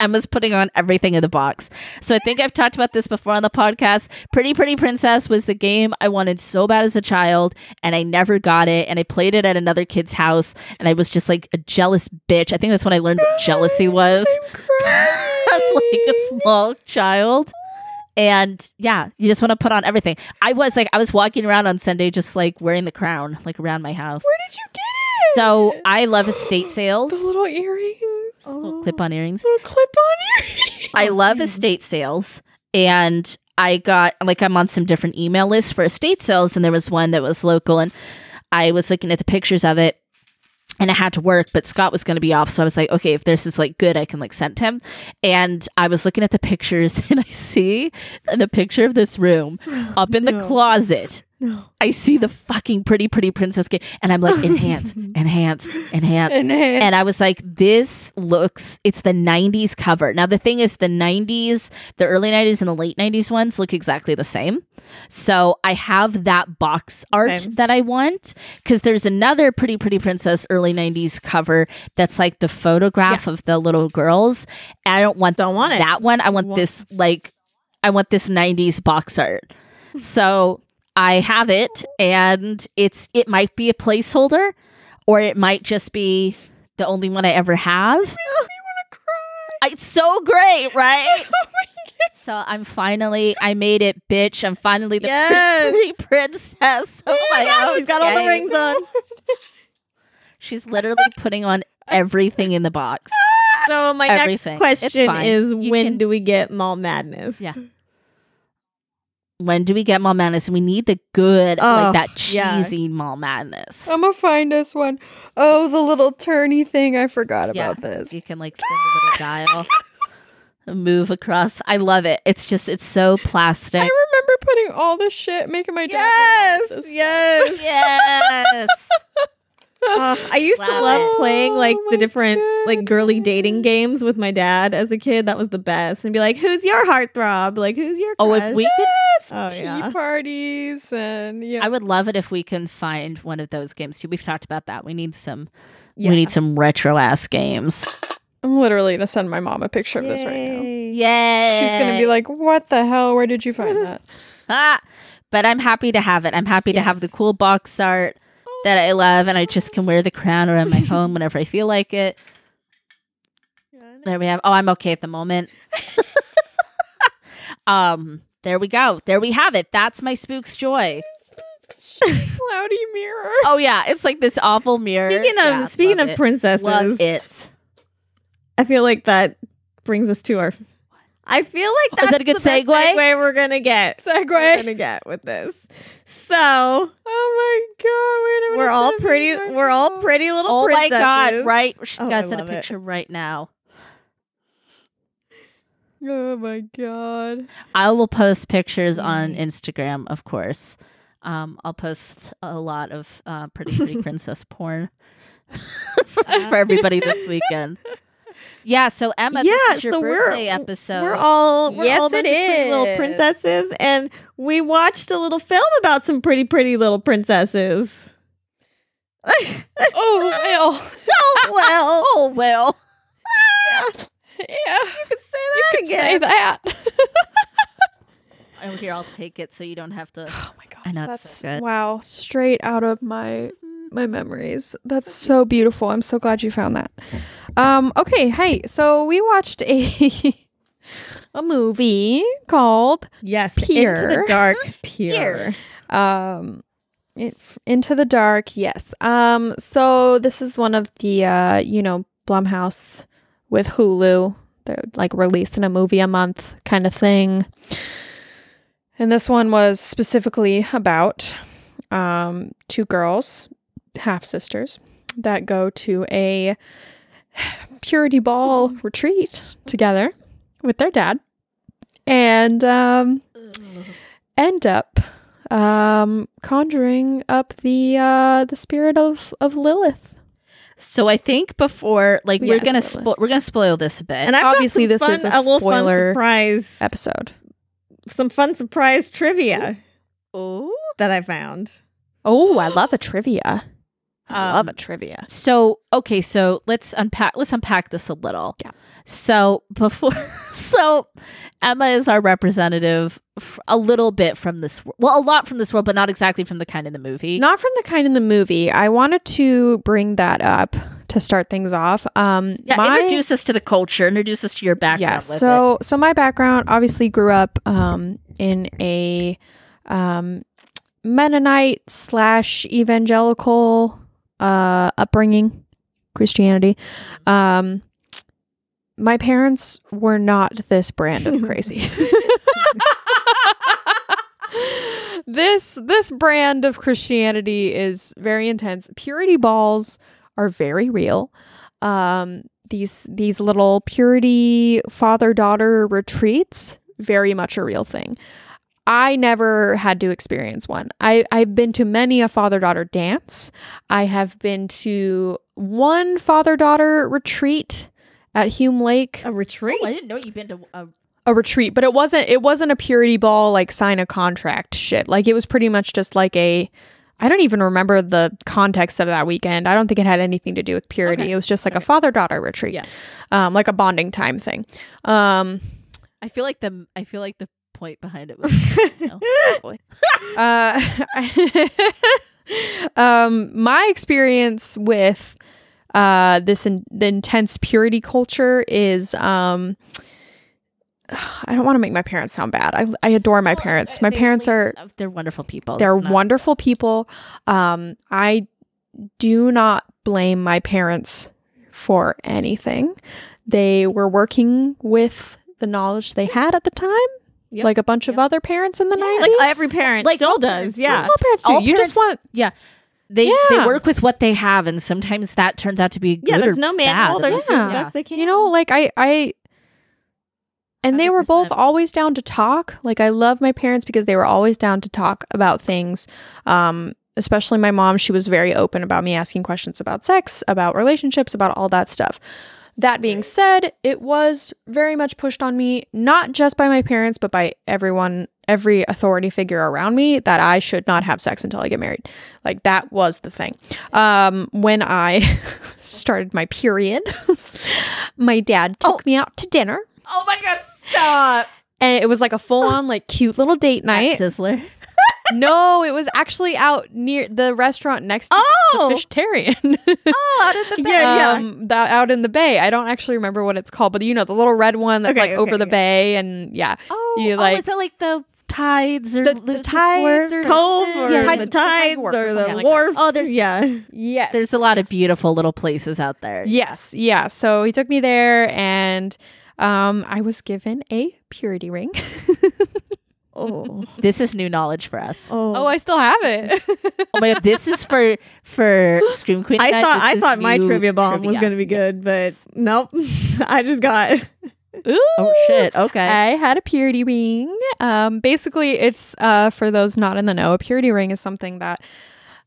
Emma's putting on everything in the box. So I think I've talked about this before on the podcast. Pretty Pretty Princess was the game I wanted so bad as a child and I never got it and I played it at another kid's house and I was just like a jealous bitch. I think that's when I learned what jealousy was. as like a small child. And yeah, you just want to put on everything. I was like I was walking around on Sunday just like wearing the crown like around my house.
Where did you get it?
So I love estate sales.
the little earrings.
Little clip-on earrings.
Little clip-on earrings.
I love estate sales and I got like I'm on some different email lists for estate sales and there was one that was local and I was looking at the pictures of it and I had to work but Scott was going to be off so I was like okay if this is like good I can like send him and I was looking at the pictures and I see in the picture of this room up in the closet I see the fucking pretty pretty princess game and I'm like enhance enhance enhance and I was like, this looks, it's the 90s cover. Now, the thing is, the 90s, the early 90s and the late 90s ones look exactly the same. So I have that box art
Okay.
that I want because there's another Pretty Pretty Princess early 90s cover that's like the photograph of the little girls. And I don't want
Don't want it.
that one. I want
Want-
this, like, I want this 90s box art.
Hmm.
So I have it and it's it might be a placeholder or it might just be the only one I ever have. It's so great, right?
Oh
so I'm finally I made it, bitch. I'm finally the
Yes.
pretty princess. of Oh my own
Oh She's got all the
game.
rings on.
She's literally putting on everything in the box.
So my
Everything.
next
It's
question
fine.
is
You
when
can-
do we get mall madness?
Yeah. When do we get mall madness? We need the good,
Oh,
like that
yeah. Oh
cheesy mall madness.
I'm gonna find us one. Oh, the little turny thing. I forgot about this.
You can like spin a little dial, and move across. I love it. It's just it's so
I
plastic.
remember putting all this shit, making my dad.
Yes.
This-
Yes.
yes.
Uh, I used to
Love
love
it.
playing like
Oh
the
my
different like girly dating games with my dad as a kid. That was the best. And be like, "Who's your heartthrob? Like, who's your
Oh, if
crush?"
we could,
Oh,
tea
yeah.
parties and yeah.
I would love it if we can find one of those games too. We've talked about that. We need some.
yeah.
We need some retro ass games.
I'm literally gonna send my mom a picture of this right now.
Yay.
Yeah,
She's gonna be like, "What the hell? Where did you find that?"
ah, but I'm happy to have it. I'm happy to have the cool box art that I love, and I just can wear the crown around my home whenever I feel like it. There we have. Oh, I'm okay at the moment. um, there we go. There we have it. That's my spook's joy.
Cloudy mirror.
Oh yeah, it's like this awful mirror.
Speaking of
Yeah,
speaking
love
of
it.
princesses,
love it.
I feel like that brings us to our. I feel like
Oh, is
that's
that a good
the best
segue?
segue we're gonna get. We're
Segway.
gonna get with this. So
Oh my god. Wait a minute.
we're all pretty. We're all pretty little.
Oh my
princesses.
god! Right, she's
Oh, I
got sent a
love it.
picture right now.
Oh my god.
I will post pictures on
Yay.
Instagram, of course. Um, I'll post a lot of uh, pretty pretty princess porn for, for everybody this weekend. Yeah, so Emma, yeah,
Yeah,
this is your
so we're-
birthday episode.
We're all we're
Yes,
all a bunch
it
of pretty little
is.
princesses, and we watched a little film about some pretty pretty little princesses.
Oh
oh well,
oh well.
well. Yeah.
you could say that again.
Say that.
Oh, here, I'll take it so you don't have to.
Oh my god.
I know, it's
That's
so good.
wow. Straight out of my my memories. That's so beautiful. I'm so glad you found that. Um. Okay. Hey. So we watched a a movie called
Yes, into the
Pure.
dark, pure.
um it, Into the Dark. Yes. Um. So this is one of the uh you know Blumhouse with Hulu. They're like releasing a movie a month kind of thing. And this one was specifically about um, two girls, half sisters, that go to a purity ball retreat together with their dad and um, end up um, conjuring up the uh, the spirit of, of Lilith.
So I think before, like,
Yeah.
we're gonna spo- we're gonna spoil this a bit.
And I've got
Obviously,
some
this
fun-
is a
little
spoiler-
fun surprise.
Episode.
Some fun surprise trivia
oh,
that I found.
Oh, I love a trivia. I love
Um,
a trivia.
So okay, so let's unpack let's unpack this a little.
Yeah.
So before so Emma is our representative f- a little bit from this wor- well a lot from this world but not exactly from the kind in the movie.
Not from the kind in the movie. I wanted to bring that up to start things off. Um,
yeah,
my-
introduce us to the culture, introduce us to your background.
Yes.
with it.
so so my background obviously grew up um, in a um, Mennonite slash evangelical uh, upbringing, Christianity. Um, my parents were not this brand of crazy. this this brand of Christianity is very intense. Purity balls are very real. Um, these these little purity father daughter retreats very much a real thing. I never had to experience one. I, I've been to many a father daughter dance. I have been to one father daughter retreat at Hume Lake
A retreat.
Oh, I didn't know you've been to a
a retreat, but it wasn't it wasn't a purity ball like sign a contract shit. Like it was pretty much just like a I don't even remember the context of that weekend. I don't think it had anything to do with purity.
Okay.
It was just like a father daughter retreat.
Yeah.
Um like a bonding time thing. Um
I feel like the I feel like the point behind it was no, probably.
uh, um, my experience with uh, this in- the intense purity culture is um, I don't want to make my parents sound bad. I, I adore my
Well,
parents.
I-
My
they-
parents
they-
are
they're wonderful people.
they're
Oh, It's not-
wonderful people. Um, I do not blame my parents for anything. They were working with the knowledge they had at the time,
Yep.
like a bunch of
Yep.
other parents in the
Like
90s.
every parent
Like
still
all
does.
parents do.
Yeah.
all parents do.
All
you just
parents-
want
They they
Yeah.
work with what they have and sometimes that turns out to be good
Yeah,
or
there's no manual.
bad.
They're
Yeah.
just doing the best they can.
you know like i i and they were both
100%.
always down to talk like i love my parents because they were always down to talk about things um especially my mom, she was very open about me asking questions about sex, about relationships, about all that stuff. That being said, it was very much pushed on me, not just by my parents, but by everyone, every authority figure around me, that I should not have sex until I get married. Like that was the thing. Um, when I started my period, my dad took me out to dinner,
Oh my god, stop.
and it was like a full on, like cute little date night.
Sizzler.
No, it was actually out near the restaurant next to
Oh!
the Fishtarian.
Oh, out of the bed.
um, the, out in the bay. I don't actually remember what it's called, but you know, the little red one that's
Okay,
like over
okay,
the
yeah.
bay, and yeah,
Oh,
You
oh,
like-
is that like the tides or
the,
Lucas
the tides
Wharf?
or
Cove
something.
or
Yeah,
the
tides-
tides
Wharf or
or
something
the
like that.
wharf.
Oh, there's-
yeah.
Yeah,
There's a lot of beautiful little places out there.
Yes, yeah. So he took me there, and um, I was given a purity ring.
Oh,
This is new knowledge for us. Oh,
oh.
oh, I still have it.
my god, this is for for Scream Queen.
I
night.
thought
This
I
is
thought my
new
trivia bomb was
trivia.
going to be good, but nope. I just got
Ooh.
Oh shit. Okay.
I had a purity ring. Um, basically, it's uh, for those not in the know, a purity ring is something that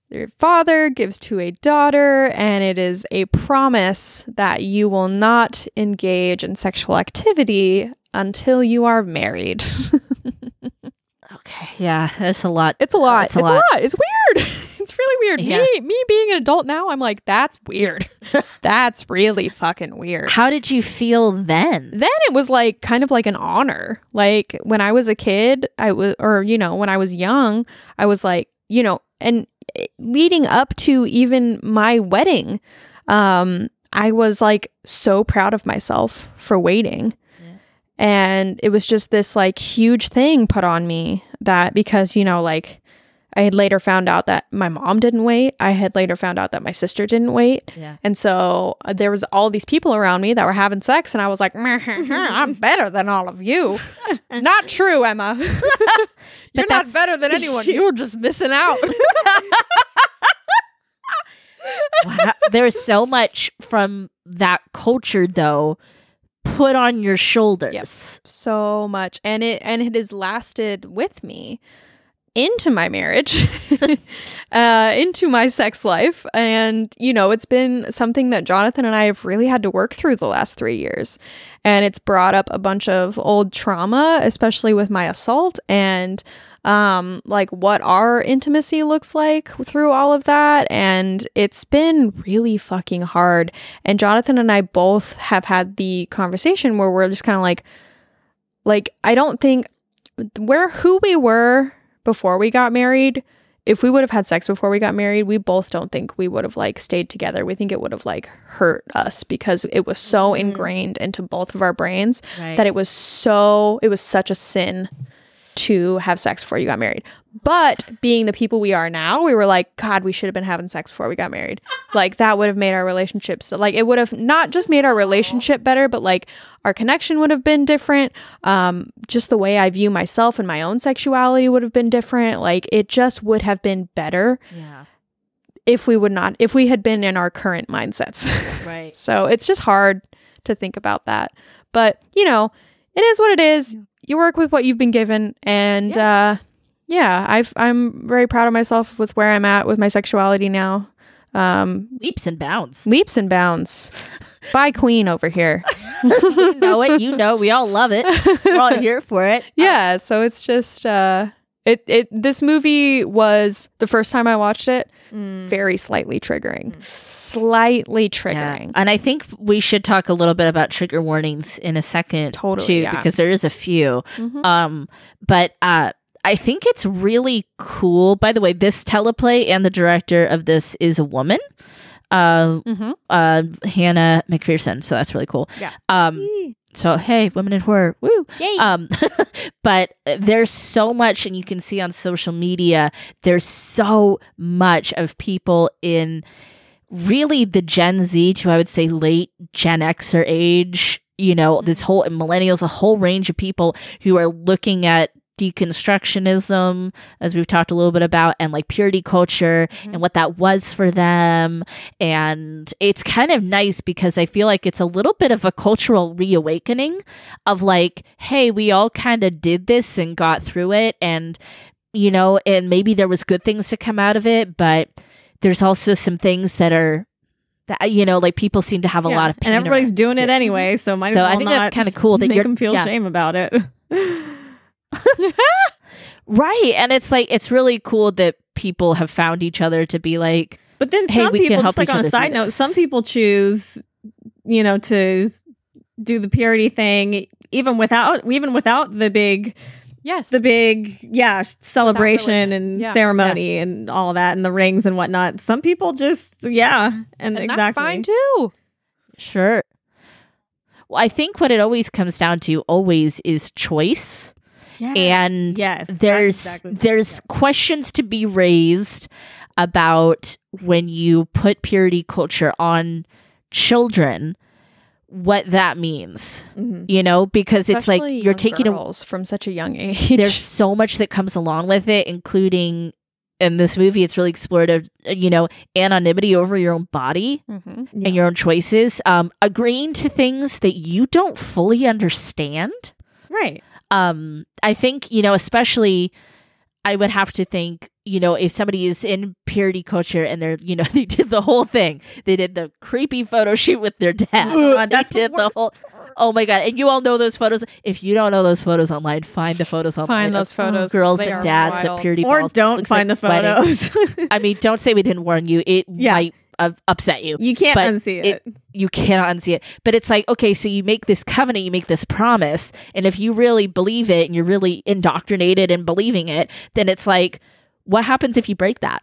your father gives to a daughter, and it is a promise that you will not engage in sexual activity until you are married.
okay. Yeah, that's a lot.
it's a lot.
It's a lot.
It's weird. It's really weird. Me,
Yeah.
me being an adult now, I'm like, that's weird. that's really fucking weird.
How did you feel then?
then it was like kind of like an honor. Like when I was a kid, I was, or you know, when I was young, I was like, you know, and eh, leading up to even my wedding, um, I was like so proud of myself for waiting.
Yeah.
And it was just this like huge thing put on me that because, you know, like I had later found out that my mom didn't wait. I had later found out that my sister didn't wait.
Yeah.
And so uh, there was all these people around me that were having sex, and I was like, "I'm better than all of you." not true, Emma. You're not
that's-
better than anyone. You were just missing out.
Wow. There's so much from that culture though put on your shoulders.
so much, and it and it has lasted with me into my marriage, uh, into my sex life, and you know, it's been something that Jonathan and I have really had to work through the last three years. and it's brought up a bunch of old trauma, especially with my assault and um like what our intimacy looks like through all of that and it's been really fucking hard and Jonathan and I both have had the conversation where we're just kind of like like I don't think where who we were before we got married if we would have had sex before we got married we both don't think we would have like stayed together we think it would have like hurt us because it was so
Mhm.
ingrained into both of our brains
Right.
that it was so it was such a sin to have sex before you got married but being the people we are now we were like god we should have been having sex before we got married like that would have made our relationship so like it would have not just made our relationship better but like our connection would have been different um just the way i view myself and my own sexuality would have been different like it just would have been better
yeah.
if we would not if we had been in our current mindsets
Right.
so it's just hard to think about that. But, you know, it is what it is. You work with what you've been given and uh yeah, I've I'm very proud of myself with where I'm at with my sexuality now. Um
Leaps and bounds.
leaps and bounds. By queen over here.
you know it. You know we all love it. We're all here for it. Um,
yeah, so it's just uh it it this movie was the first time I watched it
Mm.
very slightly triggering. Slightly triggering.
Yeah. And I think we should talk a little bit about trigger warnings in a second,
Totally,
too,
yeah.
because there is a few.
Mhm.
Um, but uh, I think it's really cool. By the way, this teleplay and the director of this is a woman, uh,
Mhm.
uh, Hannah McPherson. So that's really cool.
Yeah.
Um, so hey, women in horror, woo!
Yay.
Um, but there's so much, and you can see on social media, there's so much of people in really the Gen Z to I would say late Gen Xer age. You know, this whole and millennials, a whole range of people who are looking at deconstructionism, as we've talked a little bit about, and like purity culture
Mm-hmm.
and what that was for them. And it's kind of nice because I feel like it's a little bit of a cultural reawakening of like, hey, we all kind of did this and got through it. And you know, and maybe there was good things to come out of it, but there's also some things that are that you know, like people seem to have a
Yeah,
lot of pain
and everybody's
around
doing it
too.
anyway, so might as
So
well
I think
not
that's kinda cool that
make
you're-
them feel
yeah.
shame about it.
Right. And it's like it's really cool that people have found each other to be like
But then
Hey,
some
we can
people,
help
just like
each
on
other
a
through
side note,
this.
some people choose, you know, to do the purity thing even without even without the big
Yes.
the big yeah celebration and
Yeah.
ceremony and all that and the rings and whatnot. Some people just yeah and,
Mm-hmm. and
exactly
that's fine too.
Sure. Well, I think what it always comes down to always is choice. And
Yes, that's
there's
exactly-
there's questions to be raised about when you put purity culture on children, what that means.
Mhm.
You know, because it's like
Especially
you're
young
taking a
girls from such a young age.
there's so much that comes along with it, including in this movie, it's really explorative, you know, anonymity over your own body
Mhm.
Yeah.
and your own choices, um, agreeing to things that you don't fully understand.
right.
Um, I think, you know, especially I would have to think, you know, if somebody is in purity culture and they're, you know, they did the whole thing, they did the creepy photo shoot with their dad.
Oh my God,
they
that's the
did the
worst
whole. Oh my god! And you all know those photos. If you don't know those photos online, find the photos online.
Find
of
those photos.
girls
They
and
are
dads
wild.
at purity
Or
balls.
don't
Looks
find
like
the
wedding.
photos.
I mean, don't say we didn't warn you. It
Yeah.
might uh, upset you.
you can't
but
unsee
it-
it.
You cannot unsee it. But it's like, okay, so you make this covenant, you make this promise, and if you really believe it and you're really indoctrinated in believing it, then it's like, what happens if you break that?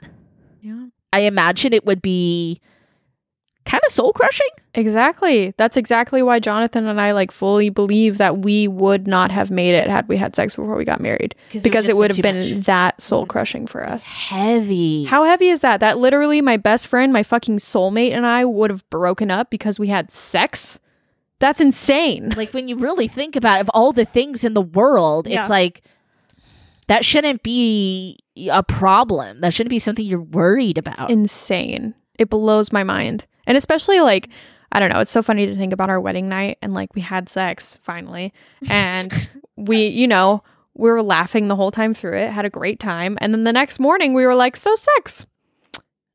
Yeah.
I imagine it would be kind of soul crushing.
Exactly. That's exactly why Jonathan and I like fully believe that we would not have made it had we had sex before we got married because it would have been that soul crushing for us.
heavy.
How heavy is that? That literally my best friend, my fucking soulmate and I would have broken up because we had sex? That's insane.
like when you really think about it, of all the things in the world
Yeah.
it's like that shouldn't be a problem that shouldn't be something you're worried about
insane. It blows my mind. And especially like I don't know, it's so funny to think about our wedding night and like we had sex finally and we, you know, we were laughing the whole time through it, had a great time, and then the next morning we were like, "So sex."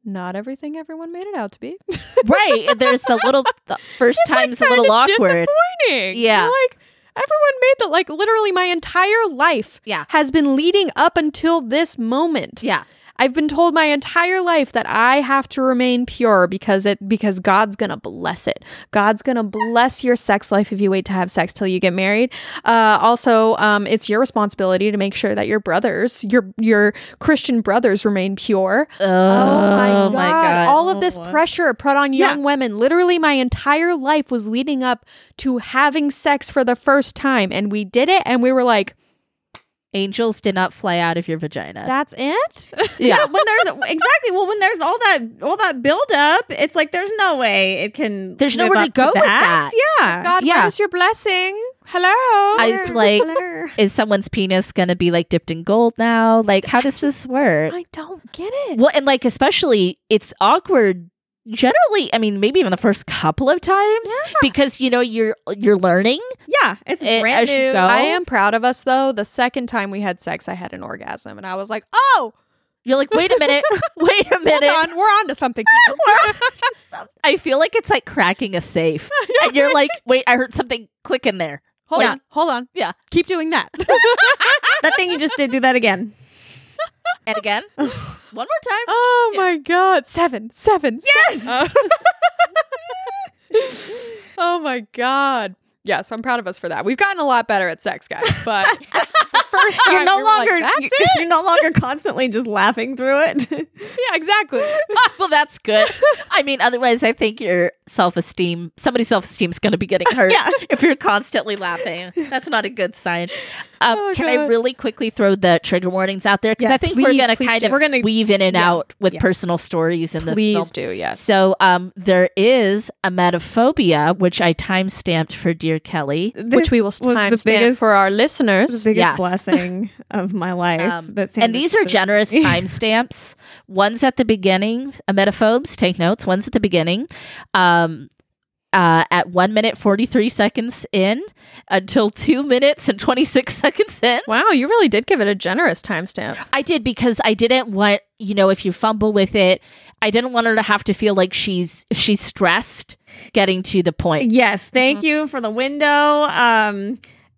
Not everything everyone made it out to be.
right and there's the little the first time's a little
Kinda
awkward
Disappointing.
Yeah.
Like everyone made that like literally my entire life
Yeah.
has been leading up until this moment.
yeah
I've been told my entire life that I have to remain pure because it because God's gonna bless it. God's gonna bless your sex life if you wait to have sex till you get married. Uh, also, um, it's your responsibility to make sure that your brothers, your your Christian brothers, remain pure.
oh,
Oh
my god,
All of this
Oh.
pressure put on
Yeah.
young women. Literally, my entire life was leading up to having sex for the first time, and we did it, and we were like,
angels did not fly out of your vagina
"That's it."
yeah when there's exactly well when there's all that all that build up it's like there's no way it can
There's
live
nowhere to
up
go with
that. yeah
God,
Yeah.
where's your blessing? Hello.
I
Oh
was like, is someone's penis gonna be like dipped in gold now? Like, how does this work?
I don't get it.
Well, and like especially it's awkward generally, I mean, maybe even the first couple of times because you know you're you're learning.
yeah it's
It-
brand
as you
new
go.
I am proud of us though. The second time we had sex, I had an orgasm and I was like, oh,
You're like, "Wait a minute. wait a
hold
minute."
on, we're on to something. here."
I feel like it's like cracking a safe. and you're like, "Wait, I heard something click in there."
hold
Like-
on, hold on.
Yeah.
Keep doing that.
that thing you just did do that again
And again. One more time.
oh my God. Seven, seven. Yes. oh my God. Yeah, so I'm proud of us for that. We've gotten a lot better at sex, guys. But the first time,
you're no
we were like,
longer
That's
you're,
it.
you're no longer constantly just laughing through it
Yeah, exactly.
Ah, well, that's good. I mean, otherwise, I think your self esteem, somebody's self esteem's going to be getting hurt
Yeah.
if you're constantly laughing. That's not a good sign. Um,
Oh,
can I
God.
really quickly throw the trigger warnings out there? Because I
Yes,
think we're
please,
going to
please
kind
do.
of
We're gonna-
weave in and
yeah,
out with
yeah.
personal stories in the film.
Please do, yes.
So um, there is a metaphobia, which I time stamped for Dear Kelly.
which we will
This was
time
the
stamp
biggest,
for our
the
listeners.
biggest
Yes.
blessing of my life
Um,
that
and
Sandra
these are
did.
generous timestamps. uh, One's at the beginning. Emetophobes, take notes. One's at the beginning. Um, uh, at one minute forty three seconds in until two minutes and twenty six seconds in.
Wow, you really did give it a generous timestamp.
I did because I didn't want you know if you fumble with it, I didn't want her to have to feel like she's she's stressed getting to the point.
Yes, thank
Mm-hmm.
you for the window. Um,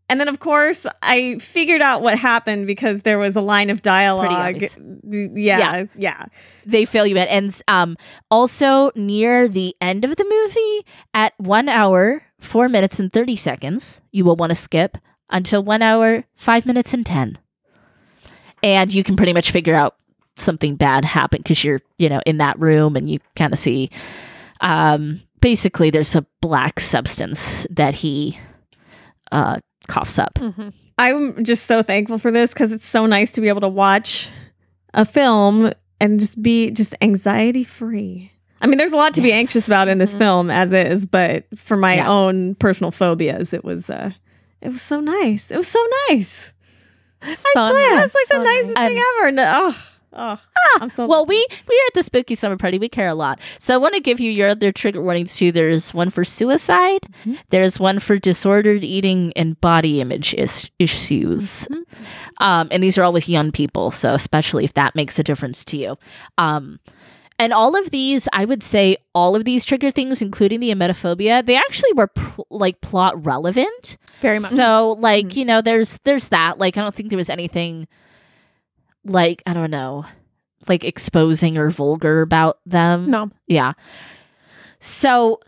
and then, of course, I figured out what happened because there was a line of dialogue.
obvious.
Yeah, yeah,
They fail you at and um also near the end of the movie at one hour four minutes and thirty seconds you will want to skip until one hour five minutes and ten, and you can pretty much figure out something bad happened because you're you know in that room and you kind of see um basically there's a black substance that he uh coughs up
I'm just so thankful for this because it's so nice to be able to watch a film and just be just anxiety free. I mean, there's a lot to be
Yes. Mm-hmm.
anxious about in this film as is, but for my
Yeah.
own personal phobias, it was uh, it was so nice. It was so nice. I'm glad. That's like the nicest thing ever. No, oh, oh, I'm so
Ah, Well, we we are at the spooky summer party. We care a lot, so I want to give you your other trigger warnings too. There's one for suicide. There's one for disordered eating and body image is- issues, um, and these are all with young people. So especially if that makes a difference to you, um, and all of these, I would say, all of these trigger things, including the emetophobia, they actually were pl- like plot relevant.
Very Mm.
So like, you know, there's there's that. Like I don't think there was anything like, I don't know, like exposing or vulgar about them.
No.
Yeah. So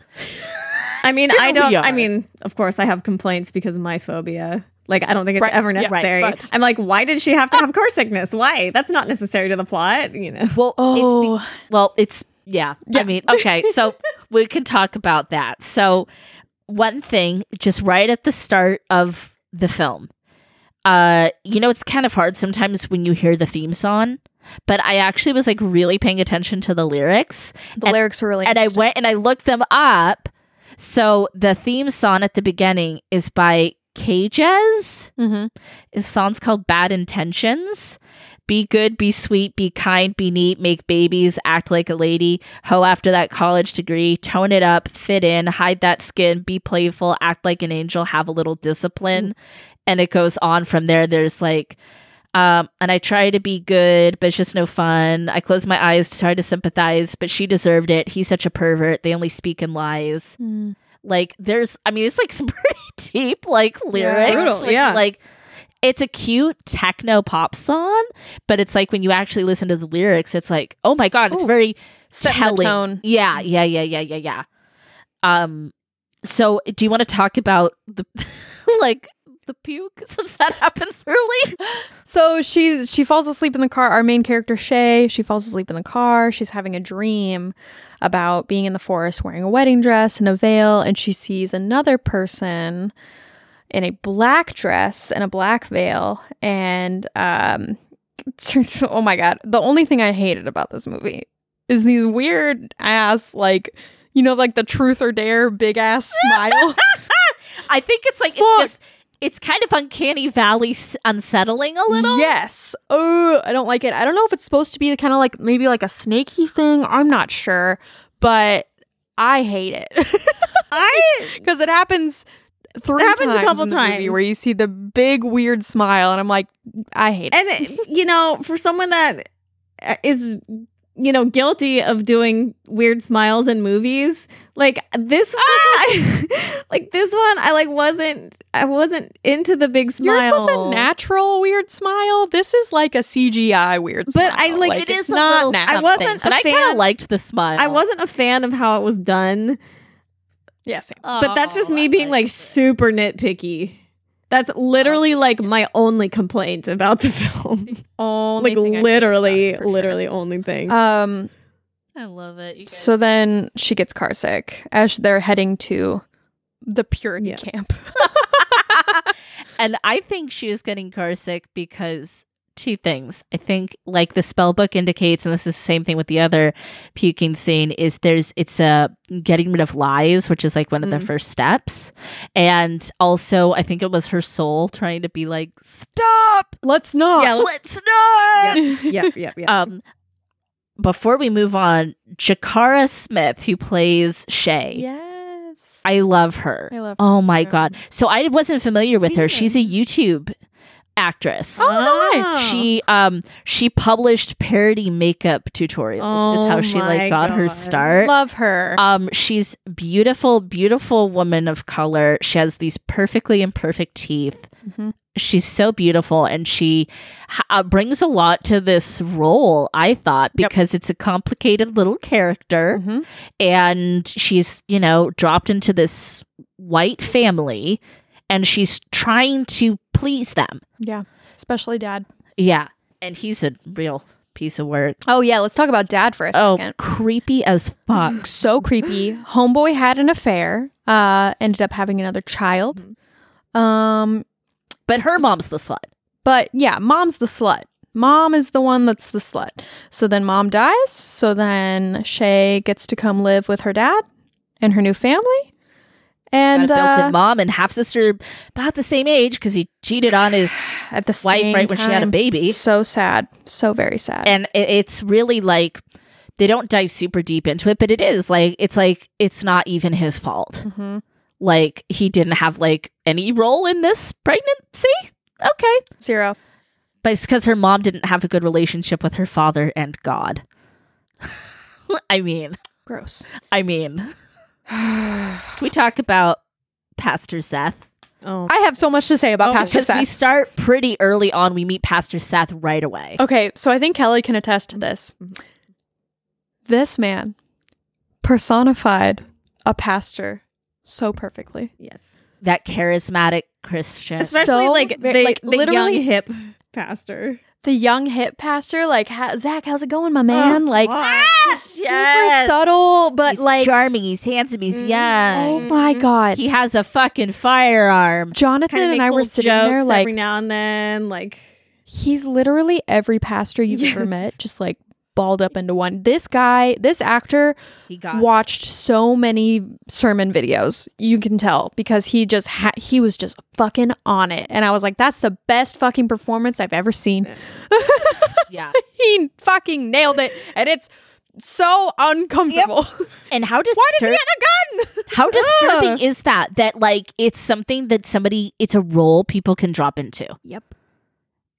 I mean, I don't.
we
I
are.
mean, of course, I have complaints because of my phobia. Like, I don't think it's
Right,
ever
yeah, right,
necessary.
but-
I'm like, why did she have to have car sickness? Why? That's not necessary to the plot. You know.
well it's
Oh,
be- well, it's yeah. I mean, okay, so we can talk about that. So one thing, just right at the start of the film. Uh, you know, it's kind of hard sometimes when you hear the theme song, but I actually was like really paying attention to the lyrics
the
and-
lyrics were really.
and I went and I looked them up. So the theme song at the beginning is by Cages.
Mhm.
The song's called Bad Intentions. Be good, be sweet, be kind, be neat, make babies, act like a lady, hoe after that college degree, tone it up, fit in, hide that skin, be playful, act like an angel, have a little discipline. And it goes on from there. There's like, um, and I try to be good, but it's just no fun. I close my eyes to try to sympathize, but she deserved it. He's such a pervert. They only speak in lies
Mm.
like there's i mean it's like some pretty deep like lyrics
Brutal,
like,
yeah.
like it's a cute techno pop song but it's like when you actually listen to the lyrics it's like oh my god it's
Ooh.
very
Setting the
telling
tone.
yeah yeah yeah yeah yeah yeah um so do you want to talk about the like the puke since that happens early
So she she falls asleep in the car. Our main character Shay, she falls asleep in the car. She's having a dream about being in the forest wearing a wedding dress and a veil, and she sees another person in a black dress and a black veil. And um, oh my god, the only thing I hated about this movie is these weird ass like you know like the truth or dare big ass smile.
i think it's like
Fuck.
it's just it's kind of uncanny valley s- unsettling a little
Yes. Oh, I don't like it. I don't know if it's supposed to be kind of like maybe like a snaky thing. I'm not sure, but I hate it
I
because it happens three
happens a
times
couple
in the movie
times.
where you see the big weird smile, and I'm like, I hate it.
and it- you know, for someone that uh, is you know guilty of doing weird smiles in movies, like this one, I, like this one, I like wasn't I wasn't into the big smile.
Yours was a natural weird smile. This is like a CGI weird smile.
But I like-
it
it's
is a
not
little
natural.
I wasn't
but
a
i kind
fan-
of liked the smile
I wasn't a fan of how it was done,
Yeah, same.
but that's just
Oh, I
me being like
liked it.
super nitpicky. That's literally
Um,
like my only complaint about the film.
Only
like
thing I-
literally,
for sure.
literally only thing.
um.
I love it. You
So
guys-
then she gets car sick as they're heading to the purity
Yeah.
camp.
and I think she was getting car sick because two things. I think like the spell book indicates, and this is the same thing with the other puking scene, is there's it's a getting rid of lies, which is like one of the
Mm.
first steps. And also I think it was her soul trying to be like, Stop!
Let's not.
Yeah,
Let's not
yep, yep, yep.
um before we move on, Jakara Smith, who plays Shay.
Yes.
I love her.
I love her
Oh my
too.
god. So I wasn't familiar with her. She's a YouTube actress.
Oh,
She um she published parody makeup tutorials is how
Oh
she like
my
got her
God.
start.
Love her.
Um, she's beautiful, beautiful woman of color. She has these perfectly imperfect teeth.
Mhm.
She's so beautiful, and she ha- uh, brings a lot to this role. I thought
Yep.
because it's a complicated little character,
Mhm.
and she's you know dropped into this white family, and she's trying to please them.
Yeah. Especially dad.
Yeah, and he's a real piece of work.
Oh yeah, let's talk about dad for a
Oh,
second.
creepy as fuck.
So creepy. Homeboy had an affair. Uh ended up having another child.
Mm-hmm.
Um
But her mom's the slut.
But yeah, mom's the slut. Mom is the one that's the slut. So then mom dies. So then Shay gets to come live with her dad and her new family. And
got a built-in
uh,
mom and half sister about the same age because he cheated on his
at the
wife
same
right when she had a
time-
baby
So sad. So very sad.
and it, it's really like they don't dive super deep into it but it is like it's like it's not even his fault
Mhm.
like he didn't have like any role in this pregnancy okay
Zero.
but it's because her mom didn't have a good relationship with her father and god i mean
Gross.
i mean can
I
we talk about pastor seth
Oh.
have so much to say about Pastor
because
Seth.
we start pretty early on we meet pastor seth right away
Okay, so I think Kelly can attest to this. This man personified a pastor so perfectly.
yes.
that charismatic Christian.
Especially
so
like
ve-
the,
like,
the
literally-
young hip pastor.
the young hip pastor, like ha- Zach, how's it going, my man? like
Oh, yes,
super subtle, but
he's
like
charming, he's handsome, he's
Mm.
oh
young.
my god,
Mm-hmm. He has a fucking firearm.
Jonathan
Kind of
and I were sitting there like
every now and then, like
he's literally every pastor you've
Yes.
ever met, just like balled up into one. This guy, this actor,
He got
watched so many sermon videos. You can tell because he just ha- he was just fucking on it, and I was like, that's the best fucking performance I've ever seen.
yeah.
he fucking nailed it, and it's so uncomfortable.
And how
Why does he
disturbing?
have a gun?
How disturbing is that? That like it's something that somebody, it's a role people can drop into.
Yep.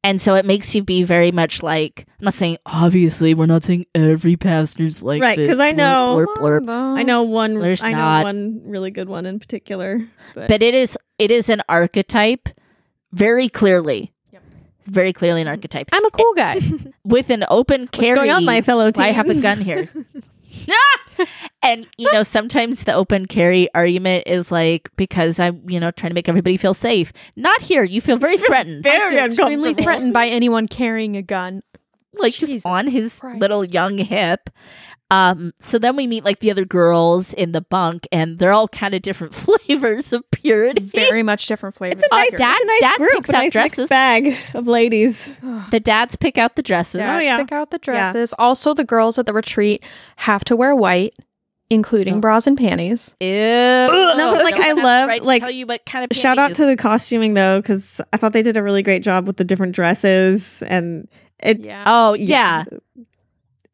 And so it makes you be very much like I'm not saying obviously we're not saying every pastor's like
Right,
this,
'cause I
blurp,
know-
blurp, blurp.
Oh,
I know one
There's
I know
not-
one really good one in particular. But,
but it is it is an archetype very clearly
Yep.
very clearly an archetype
I'm a cool guy.
with an open carry
what's going on, my fellow teens?
i have a gun here Ah! and you know sometimes the open carry argument is like because i'm you know trying to make everybody feel safe not here you feel very threatened
Very
Extremely
uncomfortable.
threatened by anyone carrying a gun.
like
Jesus
just on his
Christ.
little young hip um so then we meet like the other girls in the bunk and they're all kind of different flavors of purity
Very much different flavors.
nice- it's a Dad-
nice
dad
group,
picks
a
out
nice mixed
dresses.
bag of ladies.
the dads pick out the dresses
Dads
yeah.
pick out the dresses. Also, the girls at the retreat have to wear white, including bras and panties.
Ew. No,
but, like, I
one has
love,
the right to
like,
tell you what kind of
Shout out to the costuming though, because I thought they did a really great job with the different dresses and it.
Yeah.
Oh yeah.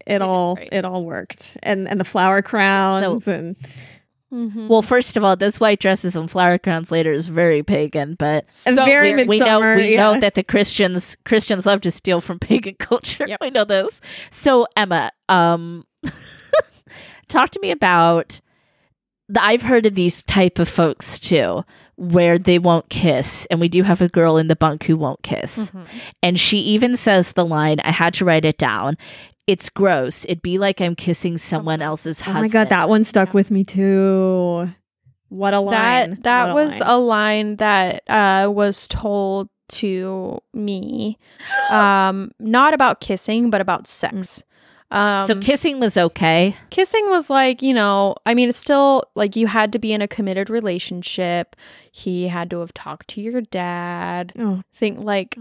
It all
great.
it all worked, and and the flower crowns and
Mm-hmm.
Well, first of all, this white dresses and flower crowns later is very pagan, but
and
So
very
we, we know
midsummer,
we
yeah.
know that the Christians Christians love to steal from pagan culture.
Yep.
We know this. So Emma, um, talk to me about. The, I've heard of these type of folks too, where they won't kiss, and we do have a girl in the bunk who won't kiss.
Mm-hmm.
And she even says the line, I had to write it down. It's gross. It'd be like I'm kissing someone else's
Oh
husband.
my god, that one stuck with me too. What a line!
That that
What a
was
line.
a line that uh, was told to me, um, not about kissing, but about sex.
Mm.
Um,
so kissing was okay.
kissing was like you know i mean it's still like you had to be in a committed relationship he had to have talked to your dad
Oh,
think like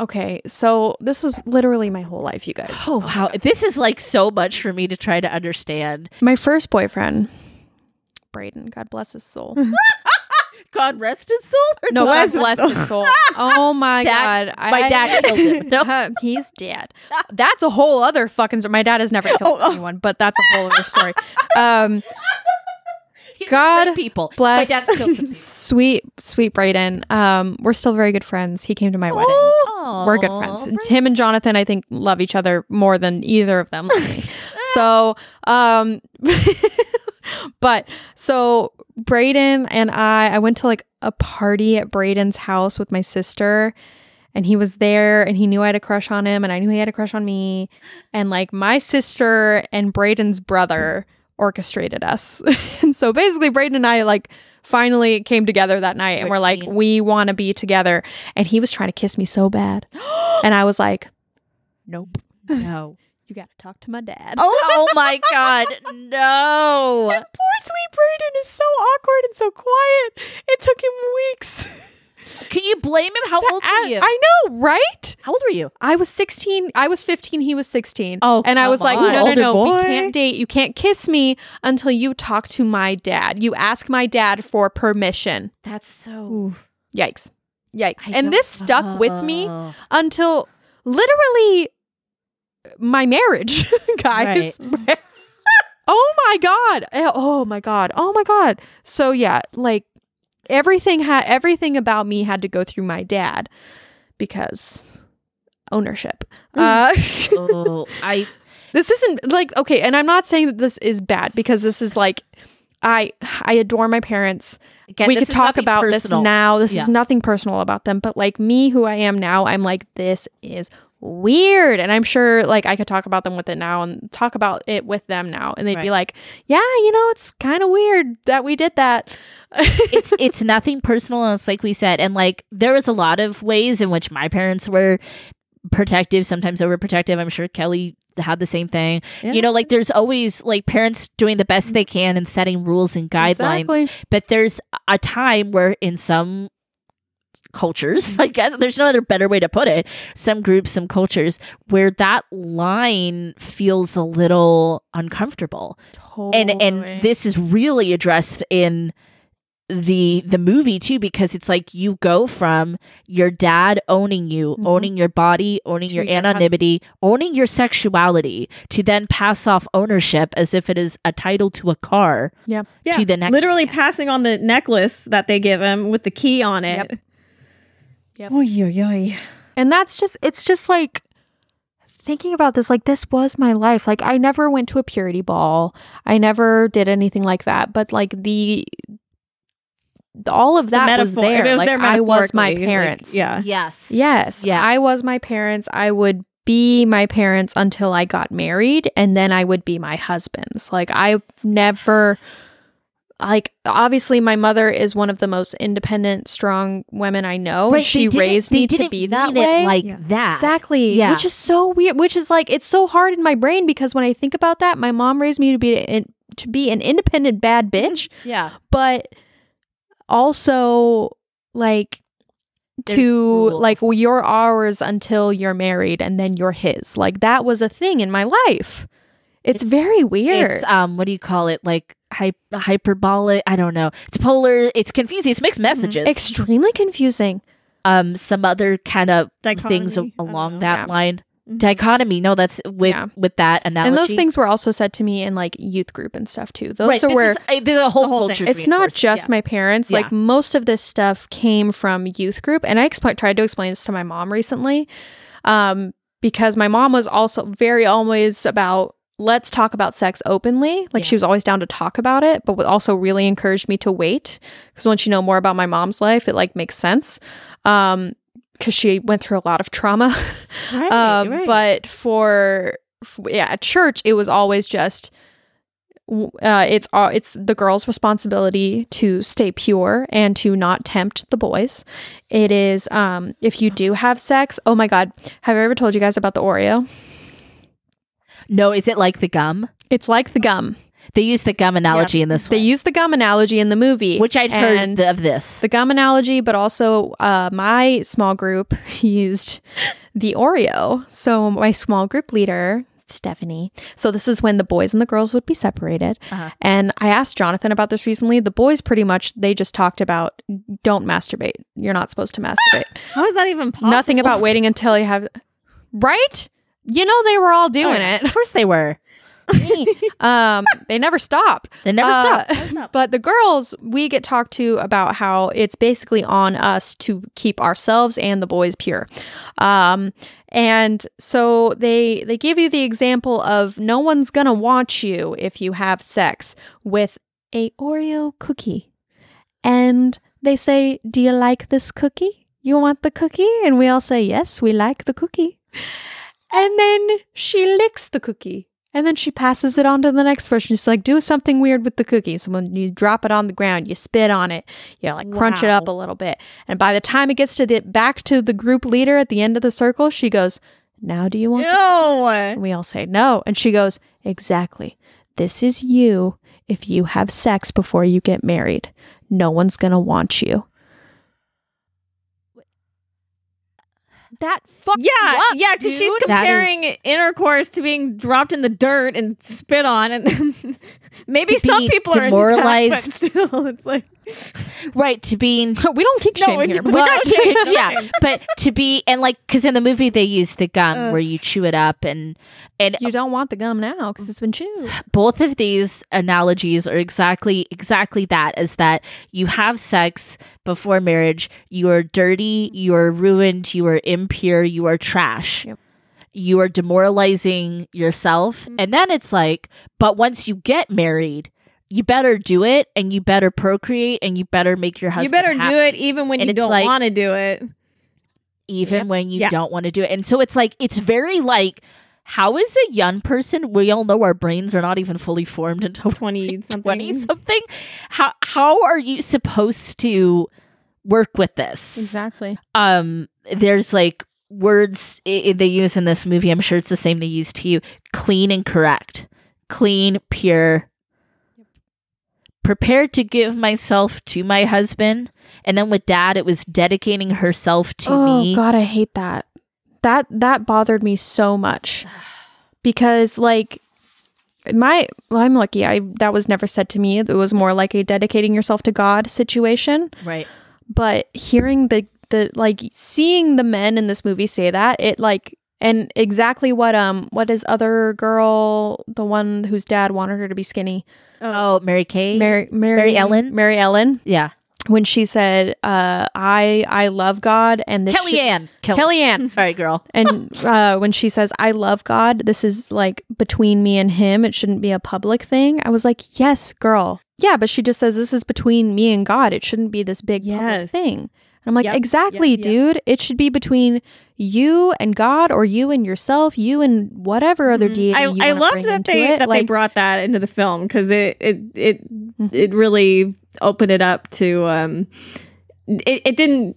okay so this was literally my whole life you guys
Oh wow. This is like so much for me to try to understand.
my first boyfriend braden god bless his soul
God rest his soul. or
no god
Bless his
bless his soul oh my
Dad-
god I-
my dad killed him. Ah. No.
Uh, he's dead. That's a whole
Oh,
other fucking story. My dad has never killed anyone, but that's a whole other story. Um,
He's
God
good people.
bless
My dad still good people.
sweet, sweet Brayden. Um, we're still very good friends. He came to my wedding.
Oh,
We're good friends. Him and Jonathan, I think, love each other more than either of them. love me. so, um, but so Brayden and I, I went to like a party at Brayden's house with my sister, and he was there, and he knew I had a crush on him, and I knew he had a crush on me, and like my sister and Brayden's brother orchestrated us. and so basically, Brayden and I like finally came together that night, and
Which
we're like,
means-
we want to be together. And he was trying to kiss me so bad, and I was like, nope,
No.
you got to talk to my dad.
Oh, oh my God. No.
And poor sweet Brayden is so awkward and so quiet. It took him weeks.
Can you blame him? How old
I,
were you?
I know, right?
How old were you?
I was 16. I was 15. He was 16.
Oh,
and I
come
was like,
on.
no, no,
Older
no. We
boy.
can't date. You can't kiss me until you talk to my dad. You ask my dad for permission.
That's so.
Yikes. Yikes.
I
and
don't-
this stuck with me
Oh.
until literally my marriage, guys. oh my god. Eh, Oh my god. Oh my god. So yeah, like everything had everything about me had to go through my dad because ownership. Uh
oh, I
this isn't like okay, and I'm not saying that this is bad because this is like I I adore my parents
again,
we
this
could
is
talk
nothing
about
personal.
this now. This
Yeah.
is nothing personal about them, but like me, who I am now, I'm like, this is weird. And I'm sure like I could talk about them with it now and talk about it with them now. And they'd be like, yeah, you know, it's kind of weird that we did that.
it's it's nothing personal. and It's like we said, and like there was a lot of ways in which my parents were protective, sometimes overprotective. I'm sure Kelly had the same thing. You know, like there's always like parents doing the best they can and setting rules and guidelines. But there's a time where in some cultures, I guess there's no other better way to put it, some groups, some cultures where that line feels a little uncomfortable
Totally.
and and this is really addressed in the the movie too because it's like you go from your dad owning you
Mhm.
owning your body owning
To
your,
your husband.
anonymity owning your sexuality to then pass off ownership as if it is a title to a car
Yeah,
to the next
literally
man.
passing on the necklace that they give him with the key on it.
Yep. Yep.
Oy, oy, oy.
And that's just, it's just like thinking about this, like this was my life. Like I never went to a purity ball, I never did anything like that. But like the, all of that was
metaphor-
there.
it was
like
there
I was my
metaphorically, like,
parents.
yeah.
yes
Yes.
yeah
I was my parents. I would be my parents until I got married and then I would be my husband's. Like I've never like obviously my mother is one of the most independent, strong women I know.
Right,
and
they
she
didn't-
raised
they
me to
didn't
be that
mean it
way.
like that
Exactly.
Ah. Yeah.
Which is so weird. Which is like it's so hard in my brain because when I think about that, my mom raised me to be an, to be an independent bad
Mm-hmm.
bitch,
yeah
but also like
There's
to like
rules.
your hours until you're married and then you're his. Like that was a thing in my life. It's,
It's-
very weird.
it's um what do you call it like hy- hyperbolic i don't know it's polar it's confusing it's mixed
Mm-hmm.
messages
extremely confusing.
um some other kind of things
Dichotomy? I don't
along
know.
that
Yeah.
line
Mhm.
dichotomy no that's with
Yeah.
with that analogy
And those things were also said to me in like youth group and stuff too. Those
right,
are
this
where
is, uh, there's a whole,
the whole
culture
thing.
it's not just my parents.
Yeah.
Like most of this stuff came from youth group, and I expl- tried to explain this to my mom recently, um, because my mom was also very always about let's talk about sex openly. Like
Yeah.
she was always down to talk about it, but would also really encouraged me to wait because once you know more about my mom's life, it like makes sense. Um, because she went through a lot of trauma.
right,
um, but for f- yeah at church it was always just w- uh, it's all it's the girl's responsibility to stay pure and to not tempt the boys it is um if you do have sex oh my god have i ever told you guys about the oreo
no is it like the gum
it's like the gum
they use the gum analogy in this
they
one,
use the gum analogy in the movie
which i'd heard
and
th- of this
the gum analogy but also uh, my small group used the oreo so my small group leader stephanie so this is when the boys and the girls would be separated
Uh-huh.
and i asked jonathan about this recently the boys pretty much they just talked about don't masturbate you're not supposed to masturbate
How is that even possible?
nothing about waiting until you have right you know they were all doing
Oh, yeah.
it
of course they were
um, they never stopped.
They never
Uh,
stop.
But the girls, we get talked to about how it's basically on us to keep ourselves and the boys pure. Um, and so they they give you the example of no one's gonna watch you if you have sex with a Oreo cookie, and they say, "Do you like this cookie? You want the cookie?" And we all say, "Yes, we like the cookie." And then she licks the cookie. And then she passes it on to the next person. She's like, do something weird with the cookie. So when you drop it on the ground, you spit on it, you like crunch it up a little bit. And by the time it gets to the back to the group leader at the end of the circle, she goes, Now do you want the-"
No.
And we all say no. And she goes, Exactly. This is you if you have sex before you get married. No one's gonna want you. That fuck
Yeah, yeah, because she's
That is-
comparing intercourse to being dropped in the dirt and spit on, and maybe
To
some
being
people are into that, but
demoralized.
still, it's like
right to being
we don't kick
No,
shame
we
here.
don't.
but-
well,
Without shame, no
yeah,
shame.
but to be and like because in the movie they use the gum
Ugh.
where you chew it up and and
You don't want the gum now because it's been chewed.
both of these analogies are exactly exactly that is that you have sex before marriage you are dirty you are ruined you are impure you are trash
Yep.
you are demoralizing yourself
Mm-hmm.
and then it's like but once you get married you better do it and you better procreate and you better make your
you
husband
better
happy
do it even when
And
you
it's
don't
like-
want to do it.
even when you
Yeah.
don't want to do it. And so it's like it's very like how is a young person? We all know our brains are not even fully formed until
20 something.
twenty something. How how are you supposed to work with this?
Exactly.
Um, there's like words i- i- they use in this movie. I'm sure it's the same they use to you. Clean and correct, clean, pure. Prepared to give myself to my husband, and then with dad, it was dedicating herself to
oh
me.
god, I hate that. That that bothered me so much. Because like my well, I'm lucky. I that was never said to me. It was more like a dedicating yourself to God situation.
Right.
But hearing the the like seeing the men in this movie say that, it like and exactly what um what is other girl, the one whose dad wanted her to be skinny.
Oh, Mary Kay.
Mary Mary,
Mary Ellen?
Mary Ellen.
yeah.
When she said, uh, I I love God and this should-
Kellyanne. Kel-
Kellyanne.
Sorry, girl.
And uh, when she says, I love God, this is like between me and him. It shouldn't be a public thing. I was like, yes, girl. Yeah, but she just says, this is between me and God. It shouldn't be this big public
Yes.
thing. And I'm like,
Yep, yep,
exactly,
yep.
dude. It should be between you and God or you and yourself, you and whatever other deity.
Mm-hmm. Mm. I,
you
I
wanna
loved
bring
that
into
they that
it.
they
Like, Mm.
brought that into the film because it it it it really opened it up to um it, it didn't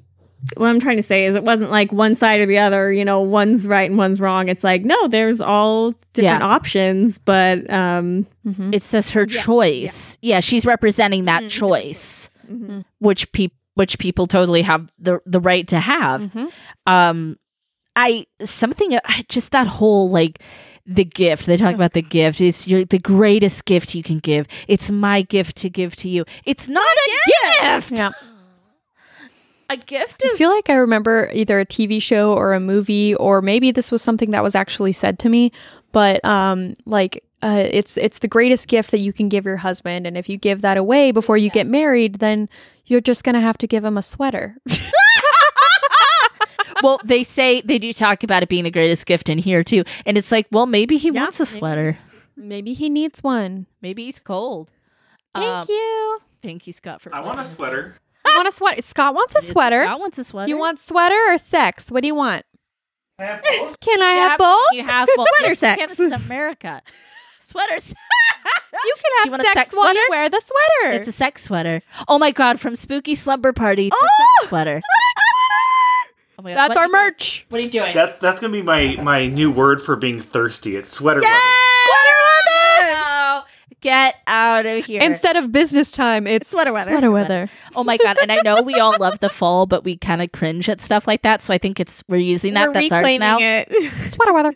what I'm trying to say is it wasn't like one side or the other you know one's right and one's wrong it's like no there's all different
Yeah.
options but um
mhm.
It says her choice. Yeah. she's representing that
Mm-hmm.
choice,
mhm.
which people which people totally have the the right to
Mm-hmm.
have.
Mhm.
Um, I something I- just that whole like the gift they talk about the gift it's your, the greatest gift you can give. It's my gift to give to you. It's not a gift.
Yeah.
A gift
I
is
feel like I remember either a TV show or a movie, or maybe this was something that was actually said to me. But um, like uh, it's it's the greatest gift that you can give your husband, and if you give that away before you get married, then you're just gonna have to give him a sweater.
well, they say they do talk about it being the greatest gift in here too, and it's like, well, maybe he
Yeah,
wants a
maybe.
sweater.
maybe he needs one.
Maybe he's cold. Um,
Thank you.
Thank you, Scott, for.
I want a
playing.
sweater.
You want a sweater? Scott wants a
Yes,
sweater.
Scott wants a sweater.
You want sweater or sex? What do you want?
I have both.
Can I
You
have both?
You have both.
Sweater
Yes, you can.
sex.
It's America. Sweater sex.
You can
you
have
want a
sex,
sex
while you
sweater?
wear the sweater.
It's a sex sweater. Oh my god! From spooky slumber party to sex sweater. Oh my god!
Oh That's
What-
our merch.
What are you doing?
That, that's gonna be my my new word for being thirsty. It's sweater
No, get out of here!
Instead of business time, it's
sweater weather
sweater weather.
Oh my god! And I know we all love the fall, but we kind of cringe at stuff like that. So I think it's we're using that.
we're
That's ours
reclaiming
now.
it
Sweater weather.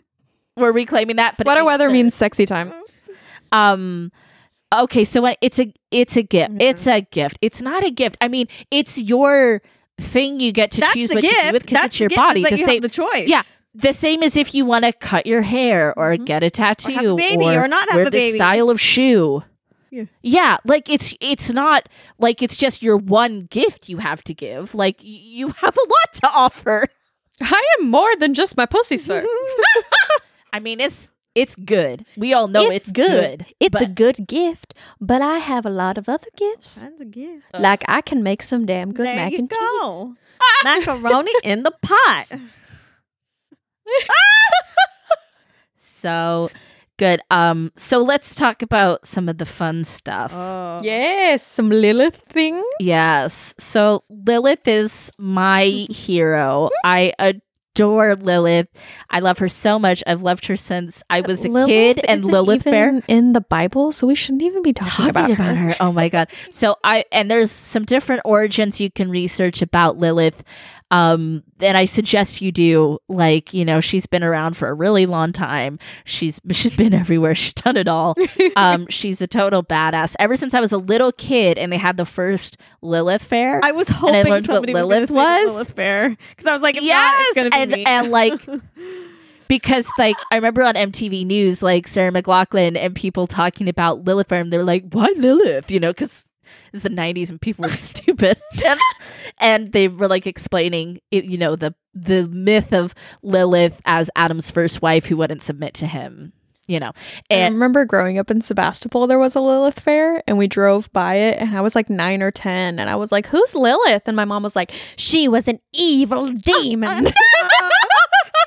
We're reclaiming that. But it
Sweater
makes
weather
sense.
means sexy time.
um okay so what- it's a it's a gift it's a gift it's not a gift i mean it's your thing you get to
that's
choose
the
what
gift
to do with because
that's
it's
the
your
gift,
body
is that
the
you
same
have the choice
yeah the same as if you want to cut your hair or
Mhm.
get a tattoo
baby or not have
wear
a
this
baby.
style of shoe.
Yeah.
Yeah, like it's it's not like it's just your one gift you have to give. Like y- you have a lot to offer.
Mm-hmm.
I am more than just my pussy, sir.
I mean, it's it's good. We all know Oh, it's, good.
It's a
but-
good gift, but I have a lot of other gifts.
That's a gift.
Uh,
Like I can make some damn good
there
mac
you
and cheese.
go. Macaroni in the pot.
So good. Um, so let's talk about some of the fun stuff.
Oh.
Yes, some Lilith thing.
Yes. So Lilith is my hero. I adore Lilith. I love her so much. I've loved her since I was a
Lilith
kid and
isn't
Lilith Fair.
even in the Bible, so we shouldn't even be talking,
Talking
about, her.
Oh my god. So I and there's some different origins you can research about Lilith. Um and I suggest you do like, you know, she's been around for a really long time. She's she's been everywhere. She's done it all. Um she's a total badass. Ever since I was a little kid and they had the first Lilith fair.
I was
I
hoping
learned what
somebody was,
Lilith
gonna say
was.
Lilith Fair because I was like, if
Yes,
not, it's gonna be
and-
me.
and, because like I remember on MTV News, like Sarah McLaughlin and people talking about Lilith Fair, and they're like, "Why Lilith?" You know, because it's the '90s and people were stupid, and, and they were like explaining, it, you know, the the myth of Lilith as Adam's first wife who wouldn't submit to him. You know,
I
and
remember growing up in Sebastopol, there was a Lilith fair, and we drove by it, and I was like nine or ten, and I was like, "Who's Lilith?" And my mom was like,
She was an evil demon.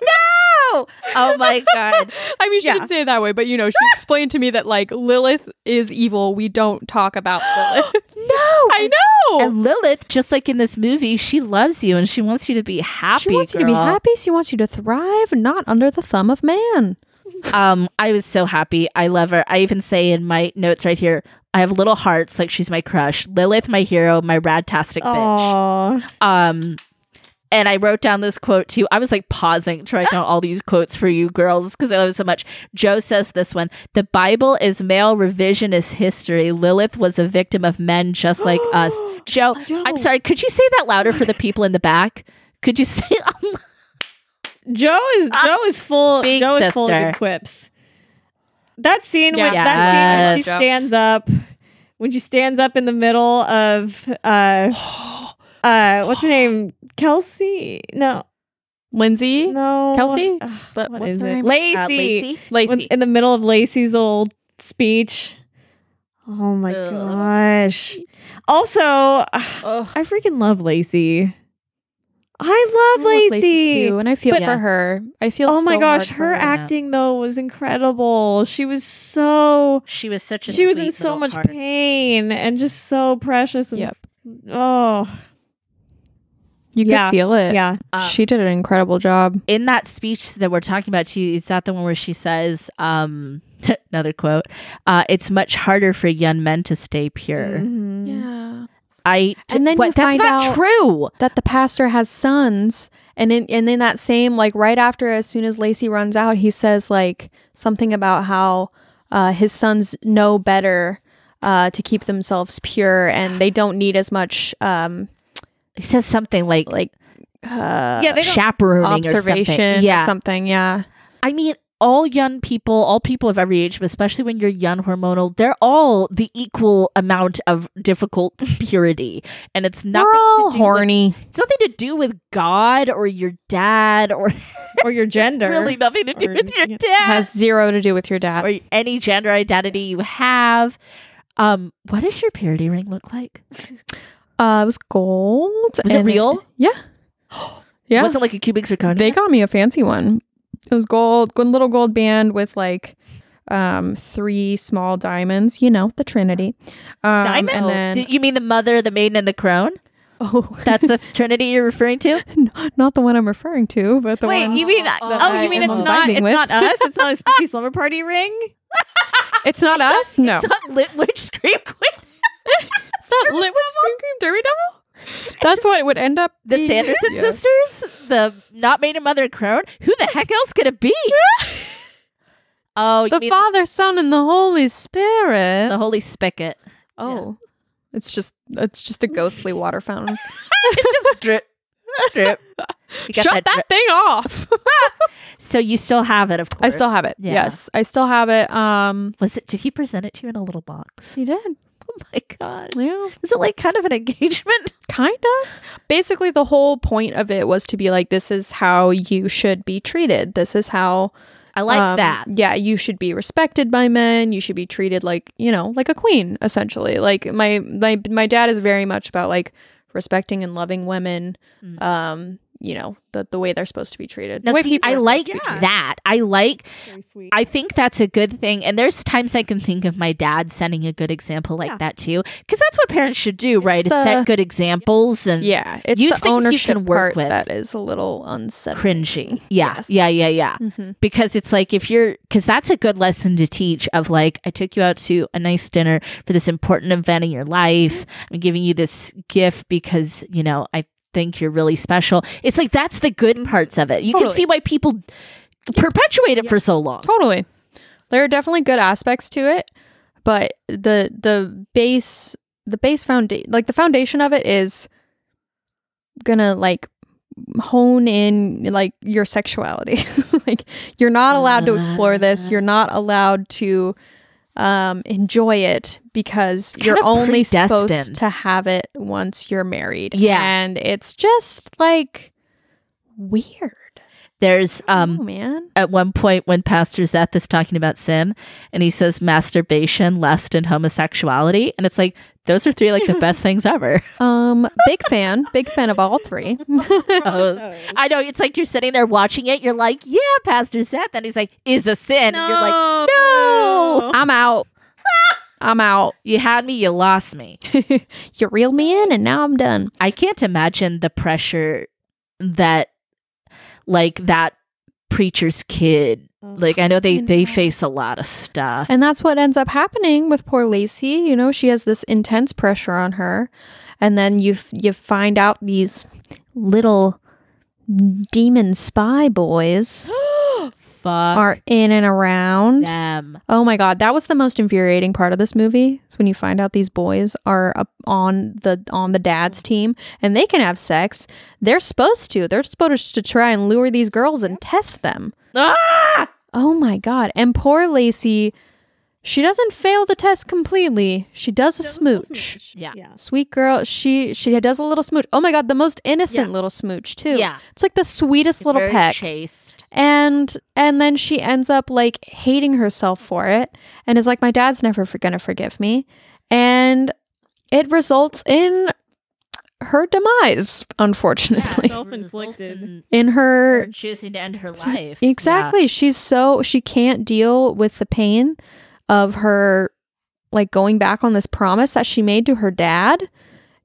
oh, oh my god,
I mean, she
Yeah.
didn't say it that way, but you know, she explained to me that like Lilith is evil. We don't talk about Lilith.
no,
I know.
Mm.
And Lilith, just like in this movie, she loves you and she wants you to be happy.
she wants you to be
girl.
happy. She wants you to thrive, not under the thumb of man.
um i was so happy i love her i even say in my notes right here i have little hearts like she's my crush lilith my hero my radtastic bitch
Aw.
um and i wrote down this quote too i was like pausing to write down all these quotes for you girls because i love it so much joe says this one the bible is male revisionist history lilith was a victim of men just like us joe i'm sorry could you say that louder for the people in the back could you say
Joe is Joe is full.
Ah, Big
Joe is full of
sister.
good quips. That scene when
Yeah.
that scene
Yes.
when she stands up, when she stands up in the middle of uh, uh, what's her name? Kelsey? No,
Lindsay,
no,
Kelsey?
Ugh,
But
what
what's
is
her
it?
name?
Lacey.
Uh, Lacey?
Lacey.
When- in the middle of Lacey's little speech. Oh my
Ugh.
gosh! Also, uh, ugh,
Ugh.
I freaking love Lacey. I love
I love uh,
Lacey.
too, and I feel
But-
for her. I feel.
oh my
so
gosh,
hard for
her acting though was incredible. She was so
she was such a
she was in
sweet
so
little
much
heart.
pain and just so precious and
Yep.
oh
You could
Yeah.
feel it.
yeah.
Um,
she did an incredible job.
in that speech that we're talking about she is that the one where she says um another quote uh it's much harder for young men to stay pure
Mm.
Mhm.
Yeah.
i
And then
what,
you
that's
find
not
out-
true
that the pastor has sons and in and in that same like right after as soon as Lacey runs out he says like something about how uh, his sons know better uh, to keep themselves pure and they don't need as much um
he says something like
like uh
Yeah, they don't
chaperoning or
observation
something yeah
or something yeah
i mean all young people all people of every age but especially when you're young hormonal they're all the equal amount of difficult purity and it's nothing
we're all
to do with-
horny
it's nothing to do with god or your dad or
or your gender.
really nothing to do
Or-
with your
yeah.
dad
has zero to do with your dad
or any gender identity you have. Um, what does your purity ring look like?
uh it was gold
Was it
and
real?
yeah yeah
Was it like a cubic zirconia?
They got me a fancy one. It was gold, good little gold band with like um three small diamonds, you know, the Trinity. Um,
Diamond?
And
Oh,
then,
d- you mean the mother, the maiden, and the crone?
oh,
That's the trinity you're referring to?
not the one I'm referring to, but the
Wait,
one.
you mean oh,
I
you mean
am
it's not
vibing
it's
with.
not us? It's not a spooky slumber party ring?
it's not us. No,
It's not Lit Witch Scream Queen.
it's not Litwich Scream Cream Derby Devil. That's what it would end up.
The
being.
Sanderson
Yeah.
sisters? The not maiden, mother, and crone? Who the heck else could it be? oh, you
the
mean
Father, Son, and the Holy Spirit.
the holy spigot.
oh, it's just it's just a ghostly water fountain.
It's just drip. Drip. You got
Shut that,
drip.
thing off.
So you still have it, of course.
I still have it.
Yeah.
Yes, I still have it. Um,
Was it? Did he present it to you in a little box?
he did.
Oh my god!
Yeah,
Is it like kind of an engagement?
kind of. Basically, the whole point of it was to be like, this is how you should be treated. This is how
I like
um,
that.
Yeah, you should be respected by men. You should be treated like you know, like a queen, essentially. Like my my my dad is very much about like respecting and loving women.
Mm.
Um, you know the the way they're supposed to be treated.
Now,
The way
see,
people
I
are supposed
like
to be treated.
that. I like
Very sweet.
I think that's a good thing. And there's times I can think of my dad setting a good example like
Yeah.
that too. Because that's what parents should do, right? Is
the-
set good examples and
Yeah, it's
Use
the
things you
ownership
can work
part
with.
that is a little unsettling.
cringy. Yeah.
Yes.
Yeah. Yeah. Yeah.
Mm-hmm.
Because it's like if you're, because that's a good lesson to teach of like, I took you out to a nice dinner for this important event in your life.
Mm-hmm.
I'm giving you this gift because, you know, I think you're really special. It's like that's the good parts of it. You can
Mm-hmm. Totally.
see why people perpetuate it for so long.
Totally. There are definitely good aspects to it, but the the base the base foundation like the foundation of it is gonna like hone in like your sexuality. like you're not allowed to explore this. You're not allowed to um enjoy it because
It's
you're
kinda
only supposed
predestined.
to have it once you're married.
Yeah.
And it's just like weird.
There's, um,
oh man.
at one point when Pastor Seth is talking about sin and he says masturbation, lust, and homosexuality. And it's like, those are three like the best things ever.
Um, big fan, big fan of all three.
I know. It's like you're sitting there watching it. You're like, yeah, Pastor Seth. And he's like, is a sin. And you're like, no.
I'm out. I'm out.
You had me. You lost me.
You reeled me in, and now I'm done.
I can't imagine the pressure that, like, that preacher's kid.
Oh,
Like, I know they,
I
they
know.
face a lot of stuff.
And that's what ends up happening with poor Lacey. You know, she has this intense pressure on her, and then you f- you find out these little demon spy boys
Fuck
are in and around.
them.
Oh my god, that was the most infuriating part of this movie. Is when you find out these boys are up on the on the dad's team and they can have sex. They're supposed to. They're supposed to try and lure these girls and test them.
Ah!
Oh my god. And poor Lacey, she doesn't fail the test completely. She does a smooch.
Yeah.
Sweet girl, she she does a little smooch. Oh my god, the most innocent little smooch too.
Yeah.
It's like the sweetest little
Very
peck
chaste.
and and then she ends up like hating herself for it and is like my dad's never for- gonna forgive me and it results in her demise unfortunately
self-inflicted.
Results
in
in her
her
choosing to end her life.
Er, exactly she's so she can't deal with the pain of her like going back on this promise that she made to her dad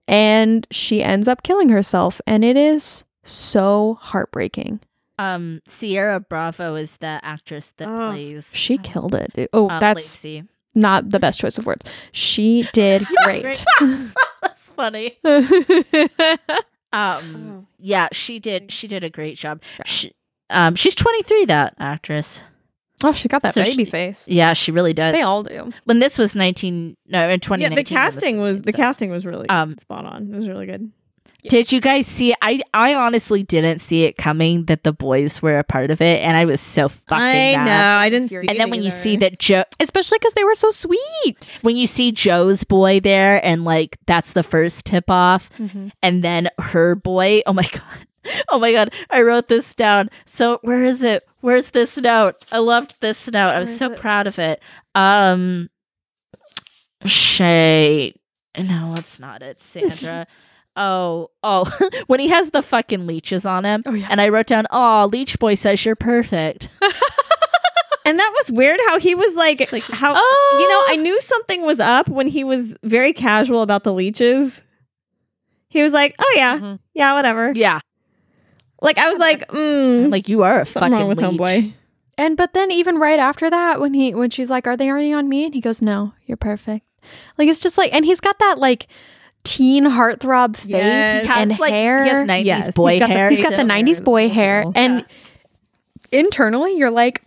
and she ends up killing herself and it is so heartbreaking
Yeah. Um, Sierra Bravo is the actress that
Oh.
plays.
she killed it dude. oh
uh,
that's
Lacey.
not the best choice of words. She did great.
that's funny.
Oh.
Um, yeah, she did. She did a great job. She, um, she's 23. That actress.
oh, she got that
So she-
baby face.
Yeah, she really does.
They all do.
when this was 19, no, in 2019.
Yeah, the
when this
casting
made,
was the
so.
casting was really
Um,
spot on. It was really good.
Did you guys see? I I honestly didn't see it coming that the boys were a part of it, and I was so fucking.
I
mad.
know. I didn't.
And
see
And then when you see
that.
that Joe,
Especially because they were so sweet.
when you see Joe's boy there and like that's the first tip off
Mm-hmm.
and then her boy, oh my god. Oh my god, I wrote this down. So where is it? Where's this note? I loved this note. I was
Where
so
is it?
proud of it. Um Shay. No, it's not it, Sandra. oh, oh. when he has the fucking leeches on him.
Oh, yeah.
And I wrote down, oh, leech boy says you're perfect.
And that was weird how he was like,
like,
how
oh.
you know, I knew something was up when he was very casual about the leeches. He was like, "Oh yeah,
Mhm.
yeah, whatever."
Mm-hmm. Yeah.
Like I was like, mm,
Like you are a
something
fucking
wrong with
leech.
homeboy.
And but then even right after that, when he when she's like, "Are they already on me?" and he goes, "No, you're perfect." Like it's just like, and he's got that like teen heartthrob face
Yes. He
has,
and
like-
hair.
He has 90s
Yes, he's
boy
got the
hair.
he's got the
hair.
'90s boy hair, and internally you're like,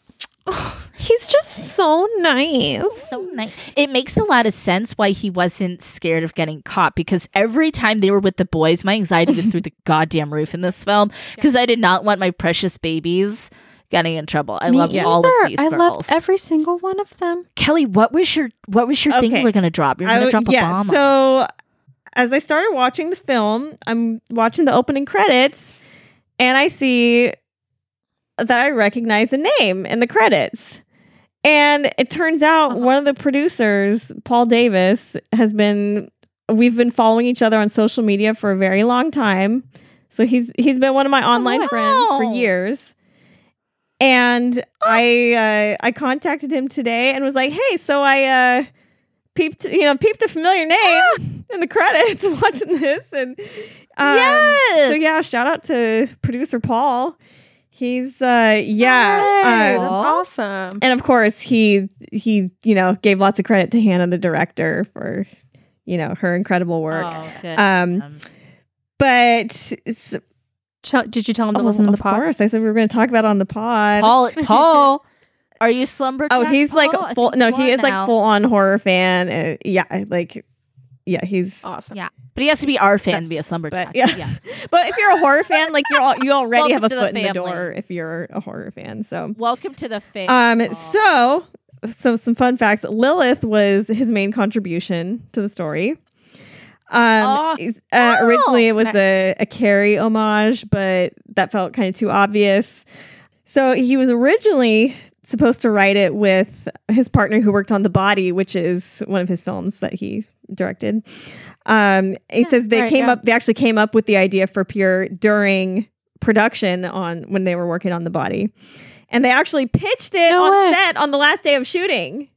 oh,
He's just so nice.
so nice. It makes a lot of sense why he wasn't scared of getting caught because every time they were with the boys, my anxiety was through the goddamn roof in this film because I did not want my precious babies getting in trouble. I
Me
loved all
either.
of these
I
girls.
loved every single one of them.
Kelly, what was your what was your
Okay.
thing we're gonna drop? You're
I w-
gonna drop a
yeah,
bomb. on us.
So as I started watching the film, I'm watching the opening credits, and I see that I recognize a name in the credits. And it turns out
Uh-huh.
one of the producers, Paul Davis, has been we've been following each other on social media for a very long time. So he's he's been one of my online friends for
Oh, wow. Oh.
years. And I uh, I contacted him today and was like, "Hey, so I uh peeped, you know, peeped a familiar name in the credits watching this and um,
yes.
so yeah, shout out to producer Paul. He's uh yeah,
Hey, that's
uh,
awesome.
and of course he he you know gave lots of credit to Hannah the director for you know her incredible work.
Oh, good.
um, but it's,
Ch- did you tell him to listen to
Oh, of
the podcast?
course I said we were going to talk about it on the pod.
Paul, Paul, are you slumber?
oh,
Jack
he's like
Paul? I
full.
think
No,
you
he
are
is
now.
like full on horror fan. Uh, yeah, like yeah, he's
Awesome.
Yeah. But he has to be our fan
That's-
to be a slumber.
but
Jack.
yeah. but if you're a horror fan, like you're all, you already have a
Welcome to the
foot in the
family.
door if you're a horror fan. So
Welcome to the fan.
um so so some fun facts. Lilith was his main contribution to the story.
Oh,
Um is- uh,
wow.
originally it was
Nice.
a, a Carrie homage, but that felt kind of too obvious. So he was originally supposed to write it with his partner who worked on The Body, which is one of his films that he directed. Um, he says they
right,
came
yeah.
up, they actually came up with the idea for Pure during production on when they were working on The Body. And they actually pitched it
No
on
way.
set on the last day of shooting.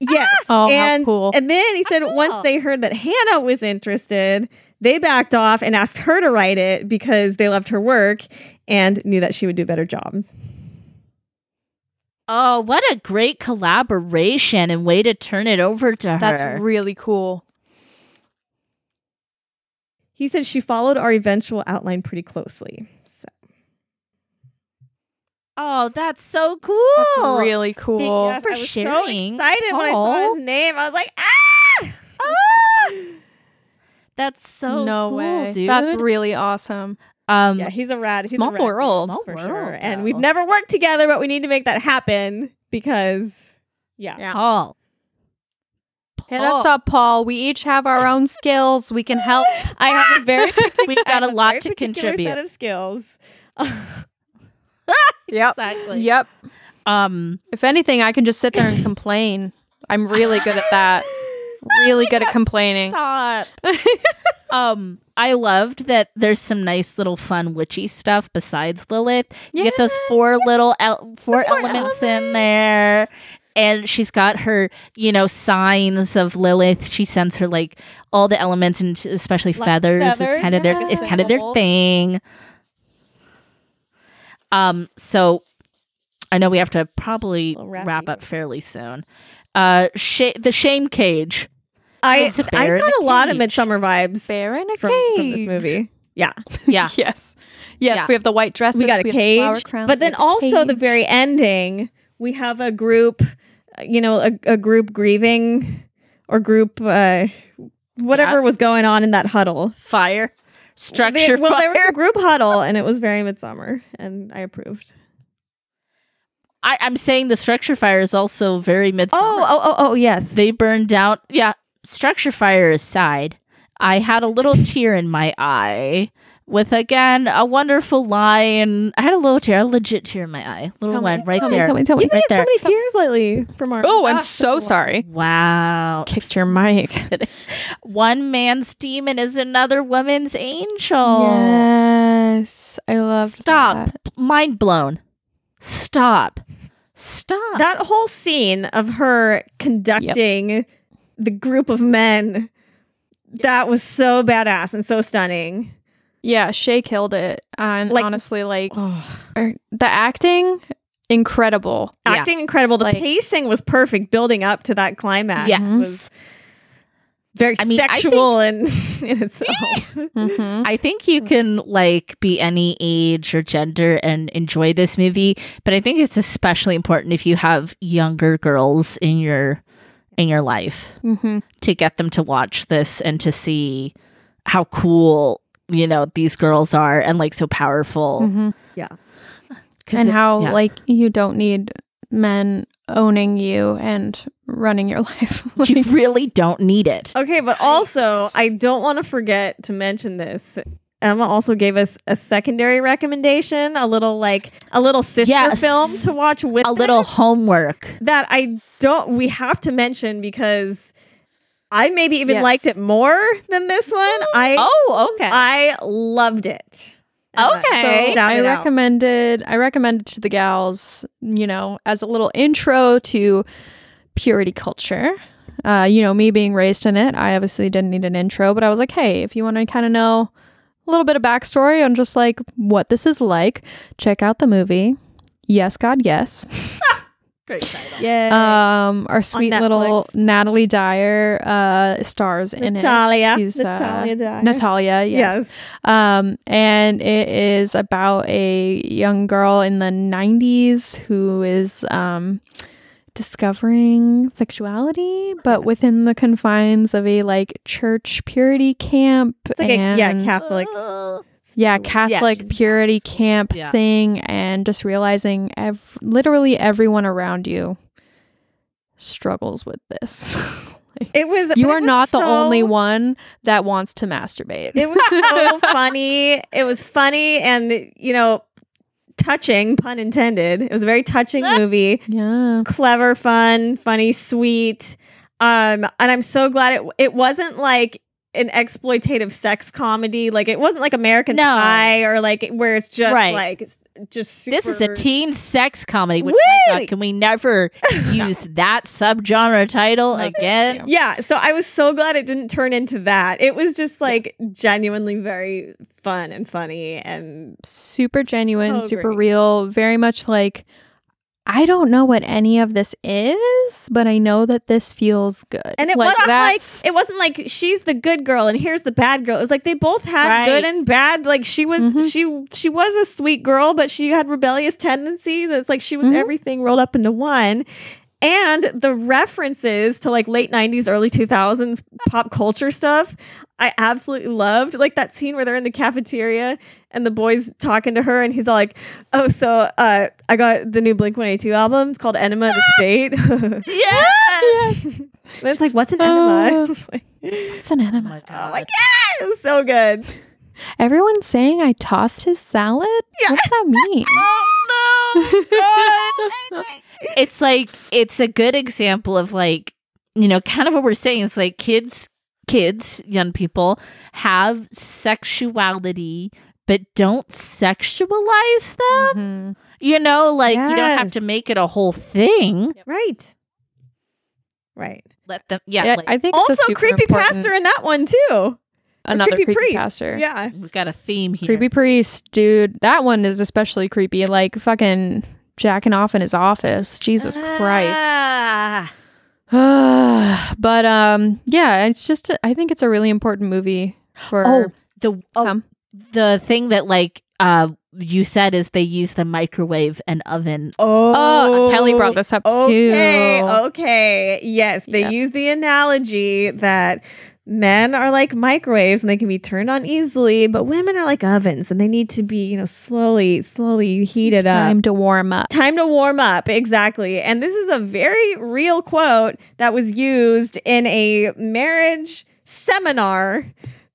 Yes.
Oh, how
and,
cool.
And then he said
Oh.
once they heard that Hannah was interested, they backed off and asked her to write it because they loved her work and knew that she would do a better job.
oh, what a great collaboration and way to turn it over to her.
That's really cool.
He said she followed our eventual outline pretty closely. So
oh, that's so cool.
That's really cool.
Yes,
I
for
was
sharing.
so excited when I
Aw.
Oh.
saw his name. I was like, ah!
That's so
no
cool,
way.
dude.
That's really awesome.
um.
yeah, he's a rad. He's
Small
a rad dude,
world.
for
Small
sure.
world,
And
though.
we've never worked together, but we need to make that happen because, yeah,
Yeah.
Paul.
Hit
Paul.
us up, Paul. We each have our own skills. We can help.
I have a very particular,
We've got
I
a
have
lot
very
to
particular
contribute.
set of skills.
Yep.
Exactly.
Yep.
Um.
If anything, I can just sit there and complain. I'm really good at that. Really good at complaining.
Stop. um, I loved that there's some nice little fun witchy stuff besides Lilith. You get those four little el- four, elements in there. And she's got her, you know, signs of Lilith. She sends her like all the elements, and especially
Like
feathers, is
feathers,
kind of their
yeah.
is kind of their
Symbol.
thing. Um, so I know we have to probably
Little wrap
wrap
me.
up fairly soon. Uh, sh- the shame cage.
I
It's a bear
I
in
got
a
a lot of
cage.
Midsummer vibes
Bear in a
from,
cage.
from this movie. Yeah,
Yeah.
Yes. Yes.
Yeah.
We have the white dress.
we got a cage, but then also the very ending, we have a group, uh, you know, a, a group grieving or group uh, whatever was going on in that huddle.
fire structure
They- well,
fire.
there was a group huddle, and it was very Midsummer, and I approved.
I, I'm saying the structure fire is also very midsummer.
oh, oh, oh, yes.
they burned down. Yeah, structure fire aside, I had a little tear in my eye with again a wonderful line. I had a little tear, a legit tear in my eye, little
Tell me,
one right
tell me,
there,
tell me, tell me.
right
You've been
there.
getting so many tears lately from our. Ah,
Oh, I'm so sorry.
Wow.
Kicked your mic.
One man's demon is another woman's angel.
Yes. I love
Stop. Mind blown. Stop. Stop.
that whole scene of her conducting the group of men that was so badass and so stunning
Yeah, Shay killed it. And
Like-
honestly, like
oh.
er, the acting, incredible.
Yeah.
acting incredible the
Like-
pacing was perfect building up to that climax
Yes.
was very
I mean, I
sexual and in, itself.
Mm-hmm.
I think you can like be any age or gender and enjoy this movie, but I think it's especially important if you have younger girls in your in your life
Mm-hmm.
to get them to watch this and to see how cool you know these girls are and like so powerful
Mm-hmm.
'Cause
And
it's-
how
yeah.
like you don't need men owning you and running your life. like,
you really don't need it
Okay, but also I don't want to forget to mention this. Emma also gave us a secondary recommendation, a little like a little sister
Yes.
film to watch with
a
Oh,
little
this
homework
that I don't we have to mention because I maybe even
Yes.
liked it more than this one. I
oh okay
I loved it.
Okay.
So
I recommended I recommended to the gals, you know, as a little intro to purity culture. Uh, you know, me being raised in it, I obviously didn't need an intro, but I was like, hey, if you want to kind of know a little bit of backstory on just like what this is like, check out the movie. Yes, God, yes.
great title
Yeah.
Um, our sweet little
Netflix.
Natalie Dyer uh, stars in it.
Natalia.
She's, uh,
Natalia. Dyer.
Natalia, yes.
Yes.
Um, and it is about a young girl in the 90s who is um, discovering sexuality, but within the confines of a like church purity camp.
It's like a yeah,
and-
Oh.
Catholic.
yeah, Catholic
she's
purity
Baptist.
camp
Yeah.
thing, and just realizing ev- literally everyone around you struggles with this. Like,
It was
you
but it
are
was
not the
so-
only one that wants to masturbate.
It was so funny. It was funny and you know touching, pun intended. It was a very touching movie.
yeah.
Clever, fun, funny, sweet. Um and I'm so glad it it wasn't like an exploitative sex comedy. Like it wasn't like American
No.
Pie or like where it's just
Right.
like it's just super
this is a teen sex comedy which my
Woo!
God, can we never use that subgenre title
No, thank
again
you.
Yeah, so I was so glad it didn't turn into that. It was just like genuinely very fun and funny and
super genuine,
So
super
great.
real, very much like I don't know what any of this is, but I know that this feels good.
and it wasn't
that's-
like it wasn't like she's the good girl and here's the bad girl. It was like they both had
Right.
good and bad. Like she was
Mhm.
she she was a sweet girl, but she had rebellious tendencies. It's like she was
Mhm.
everything rolled up into one. And the references to like late 90s, early 2000s pop culture stuff, I absolutely loved. Like that scene where they're in the cafeteria and the boy's talking to her and he's all like, Oh, so uh, I got the new Blink 182 album. It's called Enema of the State. and
yes
it's like, What's an enema?
Oh.
It's like,
it's an
oh
enema.
my
Oh
god
my god, it was so good.
Everyone's saying I tossed his salad.
Yeah.
What does that mean?
Oh no! God. it's like it's a good example of like you know kind of what we're saying. It's like kids, kids, young people have sexuality, but don't sexualize them.
Mm-hmm.
Mhm.
You know, like you don't have
Yes.
to make it a whole thing.
Right. Right.
Let them, yeah.
Yeah,
like,
I think it's a
Also,
super
creepy
important-
pastor in that one too.
another
creepy
creepy,
priest.
pastor.
Yeah.
we've got a theme here.
creepy priest, dude. That one is especially creepy. Like fucking jacking off in his office. Jesus Christ.
Ah.
but um yeah it's just I think it's a really important movie for
Oh, the oh,
Um.
the thing that like uh you said is they use the microwave and oven.
Oh,
Oh, Kelly brought this up
Okay,
too.
okay. Yes, they
Yeah.
use the analogy that men are like microwaves and they can be turned on easily, but women are like ovens and they need to be, you know, slowly, slowly heated up.
time to warm up
Time to warm up, exactly. And this is a very real quote that was used in a marriage seminar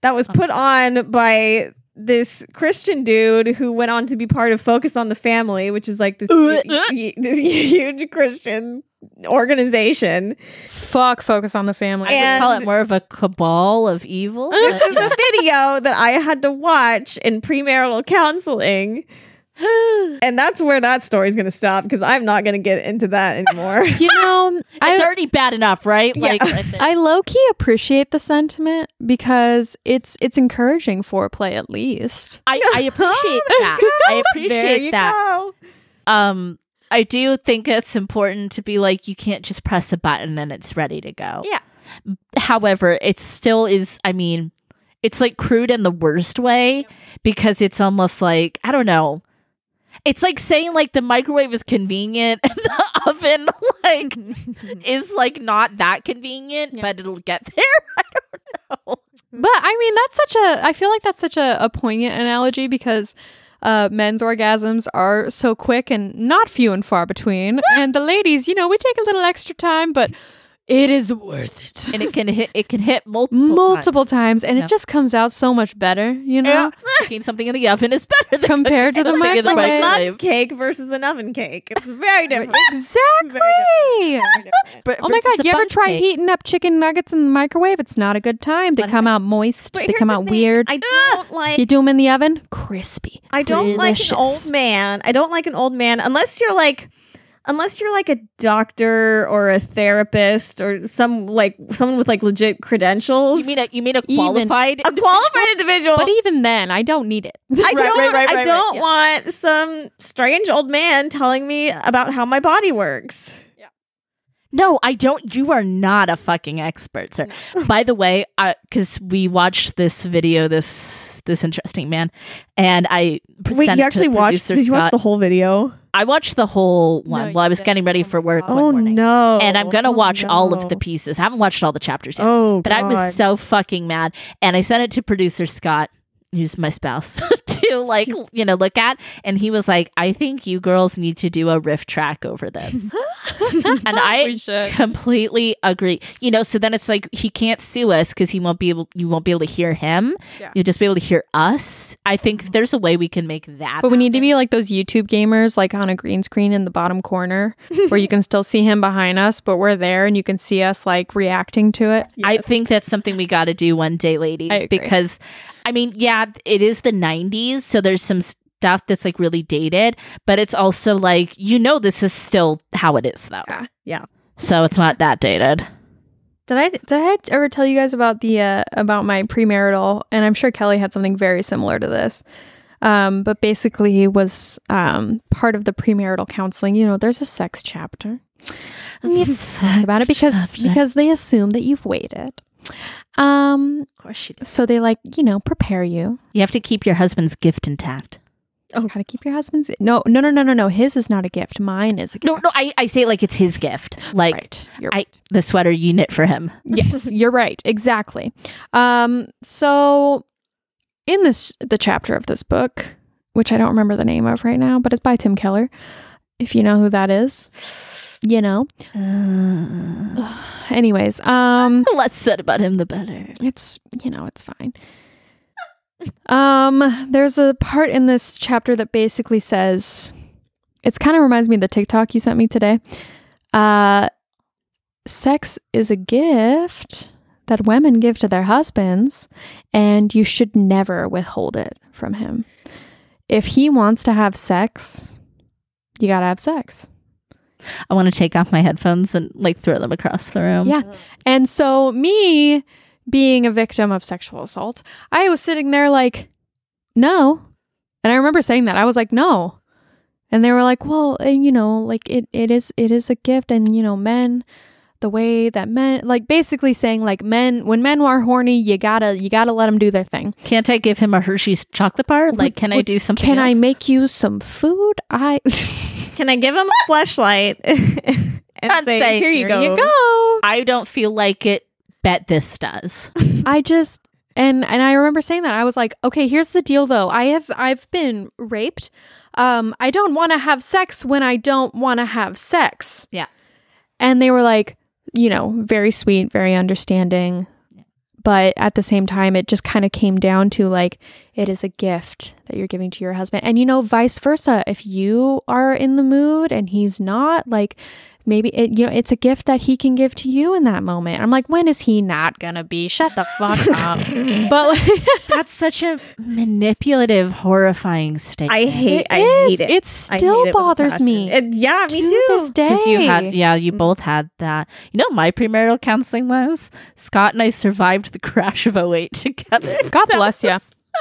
that was put on by this Christian dude who went on to be part of Focus on the Family, which is like this, hu- hu- this huge Christian organization.
fuck focus on the family
And-
call it more of a cabal of evil.
This
but,
is a video that I had to watch in premarital counseling. And that's where that story's going to stop because I'm not going to get into that anymore.
you know
it's
I
already bad enough, right?
Yeah.
I low key appreciate the sentiment because it's it's encouraging foreplay at least
I, I appreciate that. I
There
appreciate
you
that.
go.
Um, I do think it's important to be like you can't just press a button and it's ready to go.
Yeah.
However, it still is, I mean, it's like crude in the worst way because it's almost like, I don't know. It's like saying like the microwave is convenient and the oven like is like not that convenient, but it'll get there. I don't know.
But I mean, that's such a. I feel like that's such a, a poignant analogy because uh, men's orgasms are so quick and not few and far between, and the ladies, you know, we take a little extra time, but it is worth it.
And it can hit it can hit multiple
Multiple times, and
Yeah.
it just comes out so much better, you know,
times. Cooking something in the oven is better than
compared to the
Something in the
microwave.
microwave.
Mug cake versus an oven cake. It's very different.
Exactly.
But
Oh my
versus
god,
a
you ever
bun
try
cake.
heating up chicken nuggets in the microwave? It's not a good time. They come out moist.
But
they
here's
come
the
out
thing,
weird.
I don't like
you do them in the oven, crispy.
I don't like an
Delicious.
old man. I don't like an old man unless you're like unless you're like a doctor or a therapist or some like someone with like legit credentials.
You mean a you mean a
Even-
qualified
a qualified individual.
But even then, I don't need it.
I
Right,
don't,
right, right,
I
right,
don't
yeah.
want some strange old man telling me about how my body works.
No, I don't. You are not a fucking expert, sir. By the way, because we watched this video, this this interesting man, and I
Wait,
presented
you actually
to the
watched?
producer
Did you watch
Scott-
the whole video?
I watched the whole one
you
while I was
didn't.
getting ready
Oh
for
my
work.
God.
one
Oh
morning.
no!
And I'm gonna
Oh,
watch all of
no.
the pieces. I haven't watched all the chapters yet,
Oh,
but I
God.
was so fucking mad, and I sent it to producer Scott. Who's my spouse to like, you know, look at? And he was like, I think you girls need to do a riff track over this. and I completely agree you know so then it's like he can't sue us because he won't be able you won't be able to hear him
Yeah. Mm-hmm.
you'll just be able to hear us i think there's a way we can make that
But we need to be like those YouTube gamers, like on a green screen in the bottom corner, where you can still see him behind us, but we're there and you can see us like reacting to it.
i think that's something we got to do one day ladies
I agree.
because i mean yeah it is the 90s so there's some stuff that's like really dated but it's also like you know this is still how it is though
Yeah.
Yeah.
so it's not that dated
Did I did I ever tell you guys about the uh, about my premarital? And I'm sure Kelly had something very similar to this. Um, but basically, it was um, part of the premarital counseling. You know, there's a sex chapter. And you talk about it because because they assume that you've waited. Um,
of course you do
so they like you know prepare you
you have to keep your husband's gift intact Oh.
how to keep your husband's no no no no no no his is not a gift mine is a gift
no no i, I say it like it's his gift like
right you're
I the sweater you knit for him.
yes you're right exactly um so in this the chapter of this book which i don't remember the name of right now but it's by tim keller if you know who that is you know
Uh.
anyways um
The less said about him, the better.
it's you know it's fine um there's a part in this chapter that basically says it's kind of reminds me of the tiktok you sent me today uh sex is a gift that women give to their husbands and you should never withhold it from him if he wants to have sex you gotta have sex
I want to take off my headphones and like throw them across the room.
Yeah. And so, me being a victim of sexual assault, I was sitting there like, no. And I remember saying that. I was like, no. And they were like, well, uh, you know, like it, it is it is a gift and you know, men the way that men like basically saying like men when men are horny, you got to you got to let them do their thing.
Can't I give him a Hershey's chocolate bar? Like, can I
would-
do something?
Can I
else?
make you some food? I
Can I give him a flashlight and,
And
say,
say,
"Here you
"Here
go"?
you
go.
I don't feel like it. Bet this does.
I just and and I remember saying that I was like, okay, here's the deal though. I have I've been raped. Um, I don't want to have sex when I don't want to have sex.
Yeah.
And they were like, you know, very sweet, very understanding. But at the same time, it just kind of came down to like, it is a gift that you're giving to your husband. And, you know, vice versa. If you are in the mood and he's not, like, maybe it, you know, it's a gift that he can give to you in that moment. I'm like, when is he not going to be? Shut the fuck up. but like,
That's such a manipulative, horrifying statement.
I hate.
it
I hate
is.
it.
It
I hate
still
it with a
bothers
passion.
me.
It- yeah, me
to
too.
this day.
because you had, yeah, you both had that. You know, what my premarital counseling was Scott and I survived the crash of 08 together.
God bless you.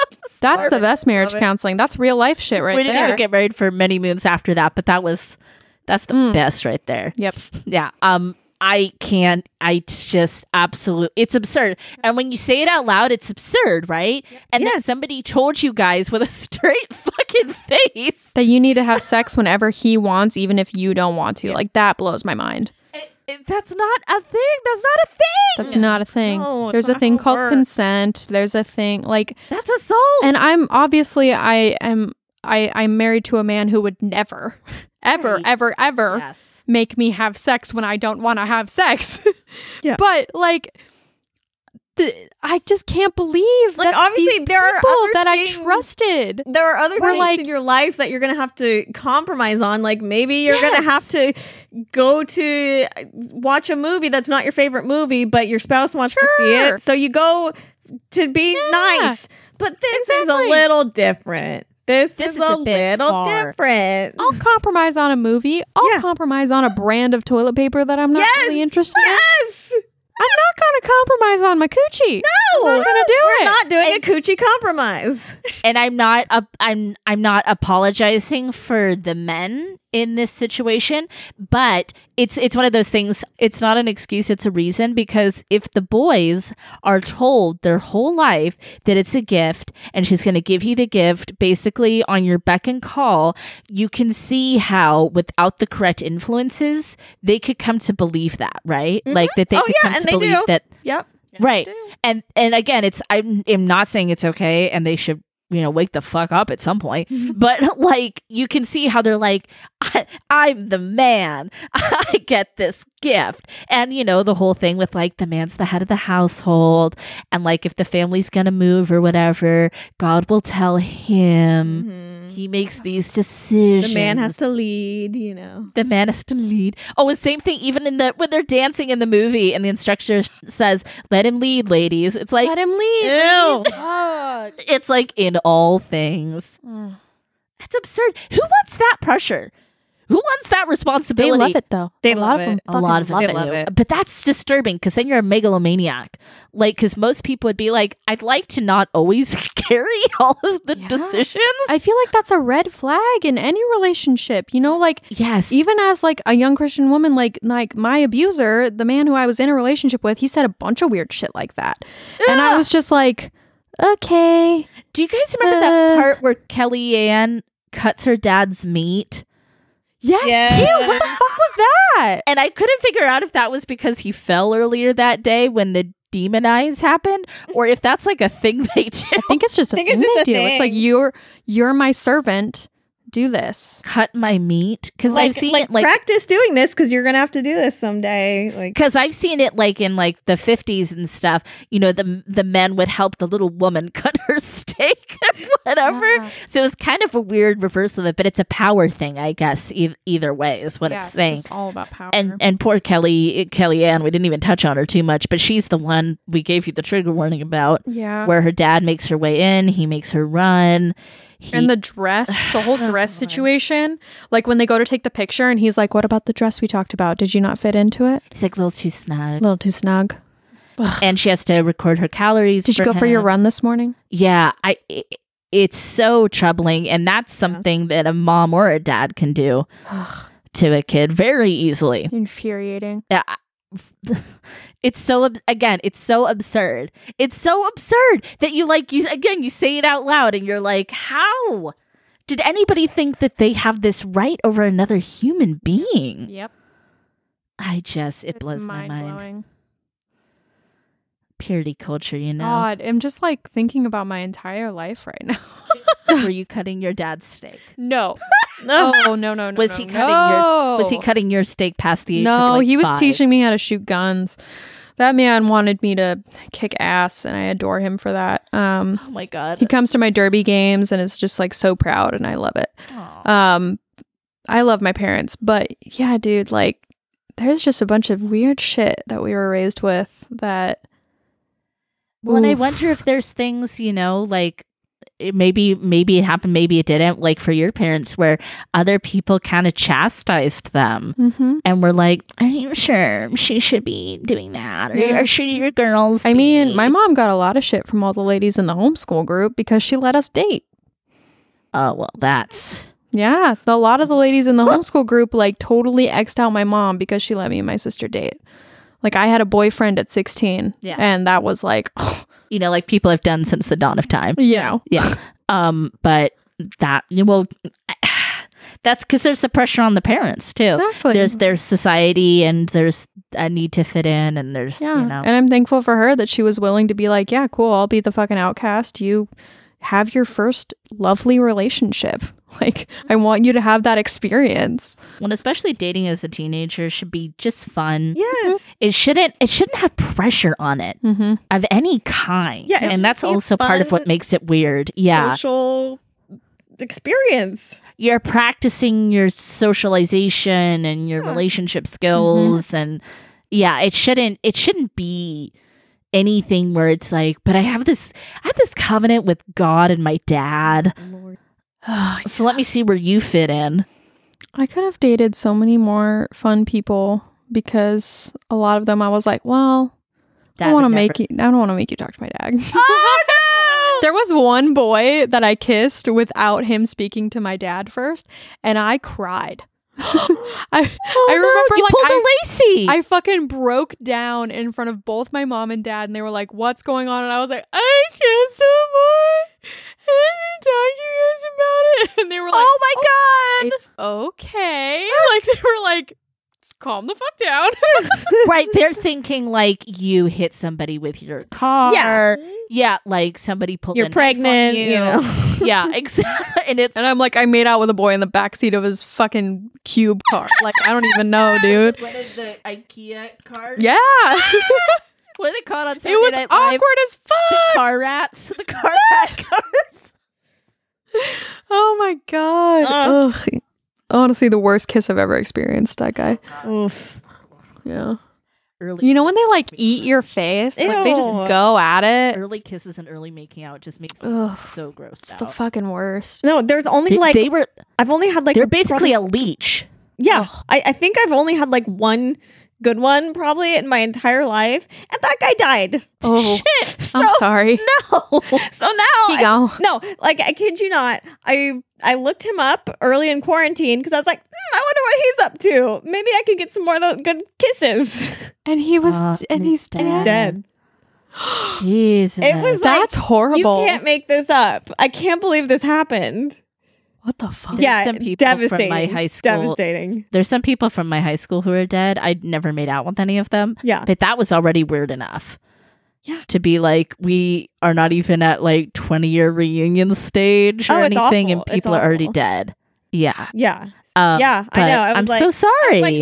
That's the best marriage
Love it.
counseling. That's real life shit right
we didn't
there.
ever get married for many moons after that, but that was that's the
Mm.
best right there.
Yep.
Yeah. Um I can't. I just absolute. It's absurd. And when you say it out loud, it's absurd, right? And then somebody told you guys with a straight fucking face.
that you need to have sex whenever he wants, even if you don't want to. Like that blows my mind.
It- that's not a thing. That's not a thing.
That's not a thing.
No, it's
There's
not
a
how
thing
it
called
works.
consent. There's a thing like
That's assault.
and I'm obviously I am I I'm married to a man who would never ever
Right.
ever ever
yes.
make me have sex when I don't want to have sex.
Yeah.
But like the, I just can't believe
Like,
that
obviously,
these
there are
people
other
that
things-
I trusted.
there are other
We're
things
like-
in your life that you're gonna have to compromise on. Like maybe you're gonna have
Yes.
to go to uh, watch a movie that's not your favorite movie, but your spouse wants to see
Sure.
it, so you go to be nice. But this is a
exactly.
little different. This,
This
is,
is
a,
a bit
little
far.
different.
I'll compromise on a movie. I'll
Yeah.
compromise on a brand of toilet paper that I'm not
Yes!
really interested in.
yes,
I'm not gonna compromise on my coochie.
no,
I'm not gonna do
we're
it.
not doing a coochie compromise.
and I'm not up I'm I'm not apologizing for the men in this situation, but it's it's one of those things it's not an excuse, it's a reason because if the boys are told their whole life that it's a gift and she's going to give you the gift basically on your beck and call, you can see how without the correct influences, they could come to believe that, right? Like that they
Oh,
could
yeah,
come
and
to
they
believe
do.
that
Yep.
right and and again it's i'm am not saying it's okay and they should you know wake the fuck up at some point
Mm-hmm.
but like you can see how they're like I, i'm the man i get this gift and you know the whole thing with like the man's the head of the household and like if the family's gonna move or whatever god will tell him he makes these decisions
Mm-hmm. The man has to lead, you know.
the man has to lead. Oh, and same thing. Even in the when they're dancing in the movie, and the instructor says, "Let him lead, ladies." It's like
Let him leave.
Ew.
it's like in all things.
Mm.
That's absurd. Who wants that pressure? Who wants that
They
responsibility?
love it though.
They
a lot
love
of them.
it.
A
fucking
lot of
love
them
it.
They love
do.
it.
but that's disturbing because then you're a megalomaniac. Like, because most people would be like, "I'd like to not always carry all of the
Yeah.
decisions."
I feel like that's a red flag in any relationship. You know, like
yes,
even as like a young Christian woman, like like my abuser, the man who I was in a relationship with, he said a bunch of weird shit like that, and I was just like, okay,
Do you guys remember
Uh,
that part where Kellyanne cuts her dad's meat?
yes,
Yes.
ew, what the fuck was that?
And I couldn't figure out if that was because he fell earlier that day when the demon eyes happened, or if that's like a thing they do.
I think it's just a
think
thing
it's just
they
a
do. It's like
thing.
you're you're my servant. Do this.
Cut my meat because I've seen it like
practice doing this because you're gonna have to do this someday. Like
because I've seen it like in like the fifties and stuff. You know, the the men would help the little woman cut her steak and whatever. So it was kind of a weird reverse of it, but it's a power thing, I guess. E- either way is what it's saying.
all about power.
and and poor Kelly Kellyanne, we didn't even touch on her too much, but she's the one we gave you the trigger warning about,
yeah.
where her dad makes her way in, he makes her run, he,
and the dress, the whole dress situation. Like when they go to take the picture and he's like, What about the dress we talked about? Did you not fit into it?
he's like a little too
A
snug,
little too snug.
and she has to record her calories.
Did you go for your
him.
run this morning?
Yeah, I. i it's so troubling, and that's something that a mom or a dad can do to a kid very easily.
Infuriating.
Yeah, I- it's so ab- again it's so absurd it's so absurd that you like you again you say it out loud and you're like how did anybody think that they have this right over another human being
Yep.
i just it blows my mind purity culture you know
God, I'm just like thinking about my entire life right now.
were you cutting your dad's steak
No.
no,
Oh no no no.
was
no,
he cutting your was he
no.
cutting your steak past the age of,
No,
like,
he was
five?
teaching me how to shoot guns. That man wanted me to kick ass, and I adore him for that. Um,
oh my god
he comes to my derby games and is just like so proud, and I love it. Um, I love my parents, but yeah, dude, like there's just a bunch of weird shit that we were raised with that.
Well, and I
Oof.
wonder if there's things, you know, like it- maybe maybe it happened, maybe it didn't, like for your parents where other people kind of chastised them
Mm-hmm.
and were like, Are you sure she should be doing that? Or,
Yeah.
or should your girls
I
be-"
mean, my mom got a lot of shit from all the ladies in the homeschool group because she let us date.
Oh well that's
Yeah, the- a lot of the ladies in the homeschool group like totally xed out my mom because she let me and my sister date. Like I had a boyfriend at 16,
Yeah.
and that was like,
You know, like people have done since the dawn of time.
you know,
Yeah. Um, but that well that's because there's the pressure on the parents too.
exactly.
There's there's society and there's a need to fit in and there's
yeah,
you know
and I'm thankful for her that she was willing to be like, yeah, cool, I'll be the fucking outcast. You have your first lovely relationship. Like I want you to have that experience.
when especially dating as a teenager should be just fun.
Yes.
It shouldn't it shouldn't have pressure on it
Mm-hmm.
of any kind.
Yeah, it should
and that's
be
also part of what
fun,
makes it weird. Yeah.
Social experience.
you're practicing your socialization and your relationship skills and yeah it shouldn't it shouldn't be anything where it's like but i have this i have this covenant with god and my dad so let me see where you fit in
I could have dated so many more fun people because a lot of them I was like, well, I
Dad
don't want to
would Oh,
make you. I don't want to make you talk to my dad. There was one boy that I kissed without him speaking to my dad first, and I cried. I I
no,
remember
you
like
pulled
I,
a Lacey.
I fucking broke down in front of both my mom and dad, and they were like, "What's going on?" And I was like, "I kissed a boy. I didn't talk to you guys about it." And they were like,
oh my god
it's okay. Like they were like, "Just calm the fuck down.
right they're thinking like you hit somebody with your car
Yeah.
yeah like somebody pulled
You're
a knife on
pregnant, you know.
yeah exactly and it's
and I'm like, I made out with a boy in the backseat of his fucking cube car. Like I don't even know, dude.
what is the ikea card
Yeah, it
What are they called on Saturday
was
Night Live?
awkward as fuck.
Car rats. The car rat cars.
Oh my god. Ugh. Honestly, the worst kiss I've ever experienced. That guy.
Oof.
Yeah.
Early
You know when they
kisses
like
make-
eat your face? Like they just
Ew.
go at it.
early kisses and early making out just makes me
Ugh.
so grossed
It's
out.
the fucking worst.
No, there's only
they,
like
they were.
I've only had like
They're
a prob-
basically a leech.
yeah. I, I think I've only had like one good one probably in my entire life, and that guy died.
Oh,
So
I'm sorry.
No.
so now I-
Here you go.
No, like I kid you not. I I looked him up early in quarantine because I was like, hmm, I wonder what he's up to. Maybe I could get some more of those good kisses.
And he was,
Uh,
d- and he's dead.
Dead.
Jesus.
It was like
That's horrible.
you can't make this up. I can't believe this happened.
What the fuck?
There's
yeah,
some people from my
devastating.
high school-
Devastating.
There's some people from my high school who are dead. I'd never made out with any of them,
Yeah.
but that was already weird enough.
Yeah.
To be like, we are not even at like 20 year reunion stage or
Oh, it's
anything, and
awful. It's
people are already
awful.
dead. Yeah.
Yeah.
Um,
Yeah, I
but
know. I was
I'm
like-
so
I
sorry.
was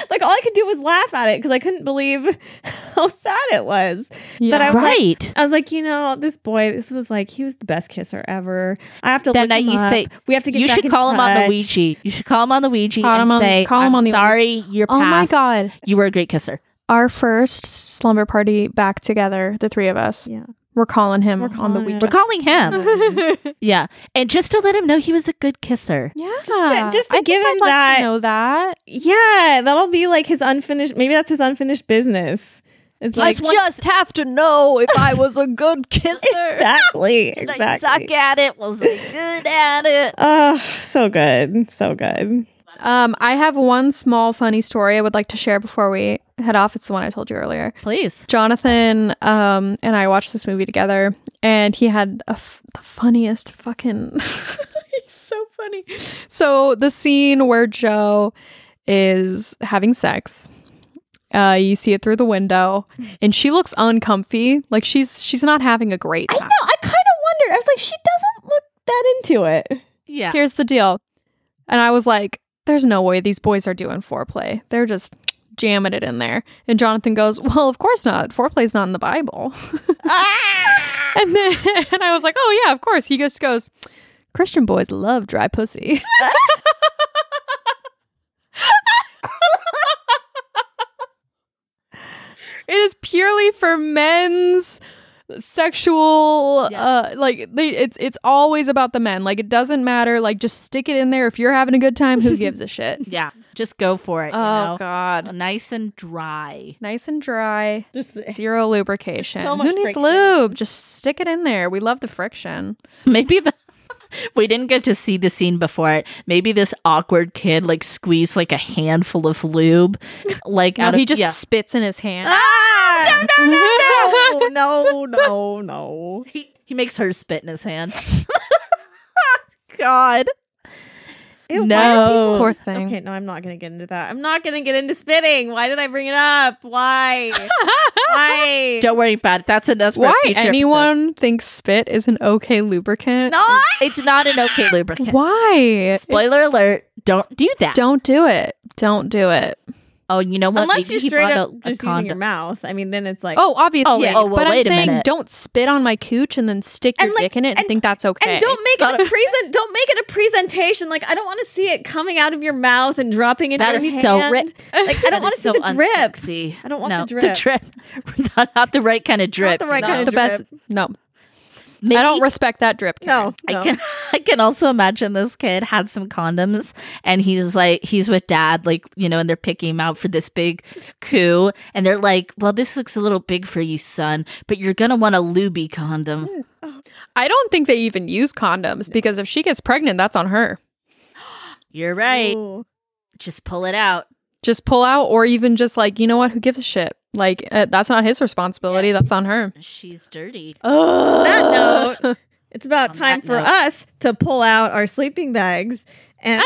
Like, like all I could do was laugh at it because I couldn't believe how sad it was. That I was like,
right.
I was like, you know, this boy, this was like, he was the best kisser ever. I have to
Then
look
I-
him
you
up.
say-
we have to get.
you
back
should
in
call him on the
touch.
Ouija. You should call him on the Ouija
Call him
and
on-
say,
call him
I'm
on the
sorry, you're
oh my
past.
god.
You were a great kisser.
Our first slumber party back together, the three of us.
Yeah.
We're calling him
We're
on the
calling
weekend.
We're calling him. yeah. And just to let him know he was a good kisser.
Yeah.
to- just to
I think
give
I'd
him
like to
that-
know that.
Yeah, that'll be like his unfinished. Maybe that's his unfinished business. It's like
just have to know if I was a good kisser.
exactly,
Did
exactly.
I suck at it? Was I good at it?
Oh, so good, so good.
um, I have one small funny story I would like to share before we head off. It's the one I told you earlier.
Please.
Jonathan um, and I watched this movie together, and he had a f- the funniest fucking. he's so funny. So the scene where Joe is having sex, uh, you see it through the window, and she looks uncomfy. Like she's she's not having a great
I know.
time.
I kind of wondered. I was like, she doesn't look that into it.
Yeah.
Here's the deal, and I was like, "There's no way these boys are doing foreplay. They're just." Jamming it in there. And Jonathan goes, Well, of course not. Foreplay's not in the Bible.
Ah!
And then and I was like, oh yeah, of course. He just goes, Christian boys love dry pussy. it is purely for men's sexual uh like they it's it's always about the men like it doesn't matter like just stick it in there if you're having a good time who gives a shit Oh,
Yeah. Just go for it. You know?
Um,
god
Nice and dry.
nice and dry
Just
zero lubrication
much
who needs
friction.
lube just stick it in there we love the friction
Maybe the we didn't get to see the scene before it. Maybe this awkward kid like squeezed like a handful of lube, like
No,
out
he
of,
just
yeah.
spits in his hand.
Ah! No, no, no, no, no, no, no.
He, he makes her spit in his hand.
God. Ew, why do
No.
people-
Poor thing.
Okay, no, I'm not gonna get into that. I'm not gonna get into spitting. Why did I bring it up? Why? Why?
Don't worry about it. That's enough.
Why anyone thinks spit is an okay lubricant?
no.
It's not an okay lubricant.
Why?
Spoiler alert! Don't do that.
Don't do it. Don't do do it.
Oh, you know what?
Unless
Maybe
you're
he
straight
bought
up
a- a
just using
condom.
your mouth. I mean, then it's like
Oh, obviously.
yeah. Oh, well,
but I'm
wait a
saying
minute.
don't spit on my cooch and then stick your
And, like,
dick in it and,
and-
think that's okay.
And don't make it a present. Don't make it a presentation. Like I don't want to see it coming out of your mouth and dropping into
That
your hand.
is so ri-
Like I
That
don't want to
is
see
so
the drip.
unsexy.
I don't want
no,
the drip.
drip. not, not the right kind of
Not
drip.
the right
No.
kind
the
of drip.
best. No,
Maybe-
I don't respect that drip.
No,
I
no.
can I can also imagine this kid had some condoms and he's like he's with dad like you know and they're picking him out for this big coup and they're like well this looks a little big for you son but you're gonna want a luby condom
Mm.
I don't think they even use condoms because if she gets pregnant, that's on her.
you're right
Ooh.
just pull it out
Just pull out, or even just like, you know what? Who gives a shit? Like, uh, that's not his responsibility. That's on her.
she's dirty
On that note, it's about
On
time
that
for
note.
us to pull out our sleeping bags and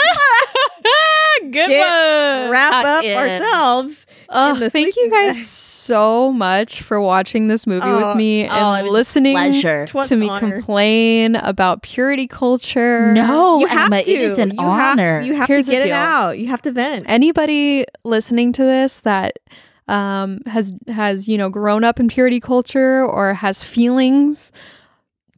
Good
Get
one.
wrap
Tuck
up
in.
ourselves.
Oh,
in the
thank you
sleeping
guys
bag.
so much for watching this movie
Oh,
with me and
oh, it was a
listening
pleasure
Twas
to me
honor.
complain about purity culture.
no
you have
Oh, Emma
to.
it is an
You have-
honor
you have
Here's
to
the
get it
deal.
out. You have to vent.
Anybody listening to this that um, has has you know grown up in purity culture or has feelings,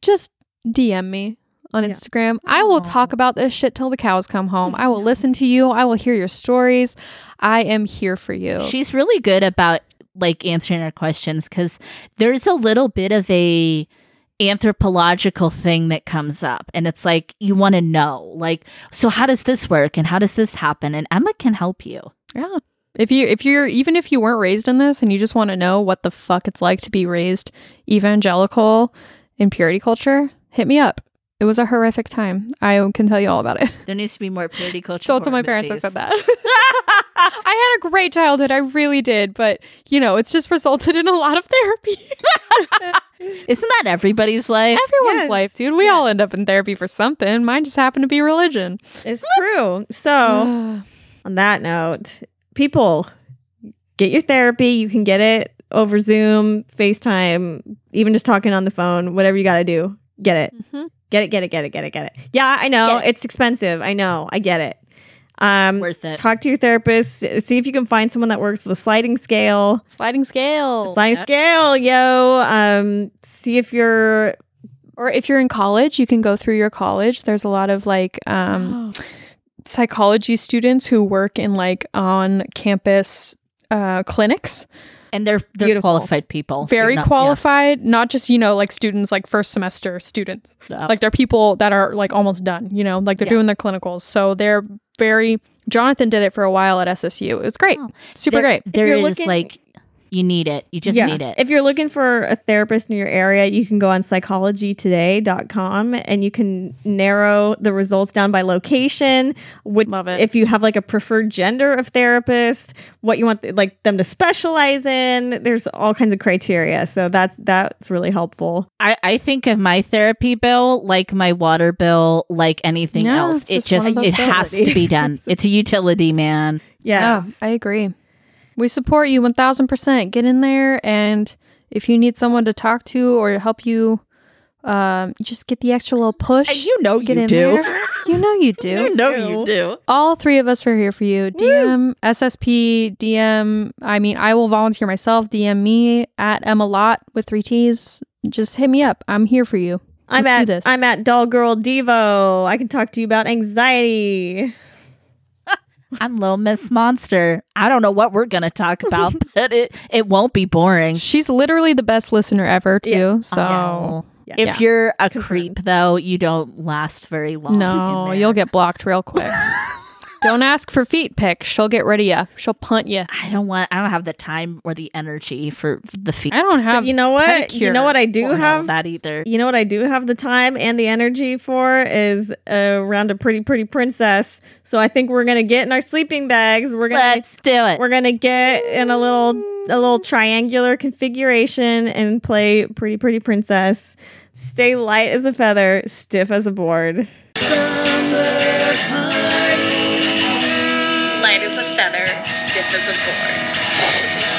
just DM me on
Yeah.
Instagram. I will talk about this shit till the cows come home. I will listen to you. I will hear your stories. I am here for you.
She's really good about like answering our questions because there's a little bit of a anthropological thing that comes up and it's like you want to know like so how does this work and how does this happen and emma can help you
Yeah. If you if you're even if you weren't raised in this and you just want to know what the fuck it's like to be raised evangelical in purity culture, hit me up. It was a horrific time. I can tell you all about it.
there needs to be more purity culture
Don't tell my parents I said that. I had a great childhood. I really did, but you know, it's just resulted in a lot of therapy.
isn't that everybody's life
Everyone's
Yes.
life, dude. We all end up in therapy for something. Mine just happened to be religion.
It's true. So, on that note, people get your therapy. You can get it over Zoom, FaceTime, even just talking on the phone, whatever you got to do. Get it.
Mhm.
Get it, get it, get it, get it, get it. Yeah, I know.
Mm-hmm. Get
It's expensive. I know. I get it. Um
worth it
talk to your therapist, see if you can find someone that works with a sliding scale.
Sliding scale.
Sliding scale, yo. Um see if you're
or if you're in college, you can go through your college. There's a lot of like um,
Oh.
psychology students who work in like on campus uh, clinics.
and they're they're
Beautiful.
qualified people
Very
They're not-
qualified, not just, you know, like students, like first semester students.
yeah.
Like they're people that are like almost done, you know, like they're
Yeah.
doing their clinicals. So they're very, Jonathan did it for a while at SSU. It was great.
Oh.
Super
There-
great.
there
you're
is
looking-
like you need it you just need it
If you're looking for a therapist in your area, you can go on psychologytoday.com and you can narrow the results down by location. What,
Love it.
If you have like a preferred gender of therapist, what you want like them to specialize in. There's all kinds of criteria. So that's that's really helpful.
I, I think of my therapy bill like my water bill, like anything
Yeah,
else.
it's
It
just one
just
of
it
those
has to be
utilities.
done. It's a utility, man.
Yeah.
Yeah, I agree. We support you 1000%. Get in there and if you need someone to talk to or help you um just get the extra little push.
know
get in there. You know you do.
know
you
do.
All three of us are here for you. DM, SSP, DM. I mean, I will volunteer myself. DM me at Emma Lot with three T's. Just hit me up. I'm here for you.
I'm
Let's do
at
this.
I'm at Doll Girl Devo. I can talk to you about anxiety.
I'm little Miss Monster. I don't know what we're gonna talk about, but it it won't be boring.
She's literally the best listener ever, too.
Yeah.
So.
Yeah.
if
Yeah.
you're a
Confirmed.
creep though, you don't last very long. in
No,
there.
you'll get blocked real quick. Don't ask for feet pick. She'll get rid of you. She'll punt you.
I don't want. I don't have the time or the energy for the feet.
I don't have.
you know what? You
pedicure.
know what I do
Don't
have?
that either.
You know what I do have the time and the energy for is uh, around a pretty pretty princess. So I think we're gonna get in our sleeping bags. We're gonna
Let's do it.
we're gonna get in a little a little triangular configuration and play pretty pretty princess. Stay light as a feather, stiff as a board.
Light as a feather, stiff as a board.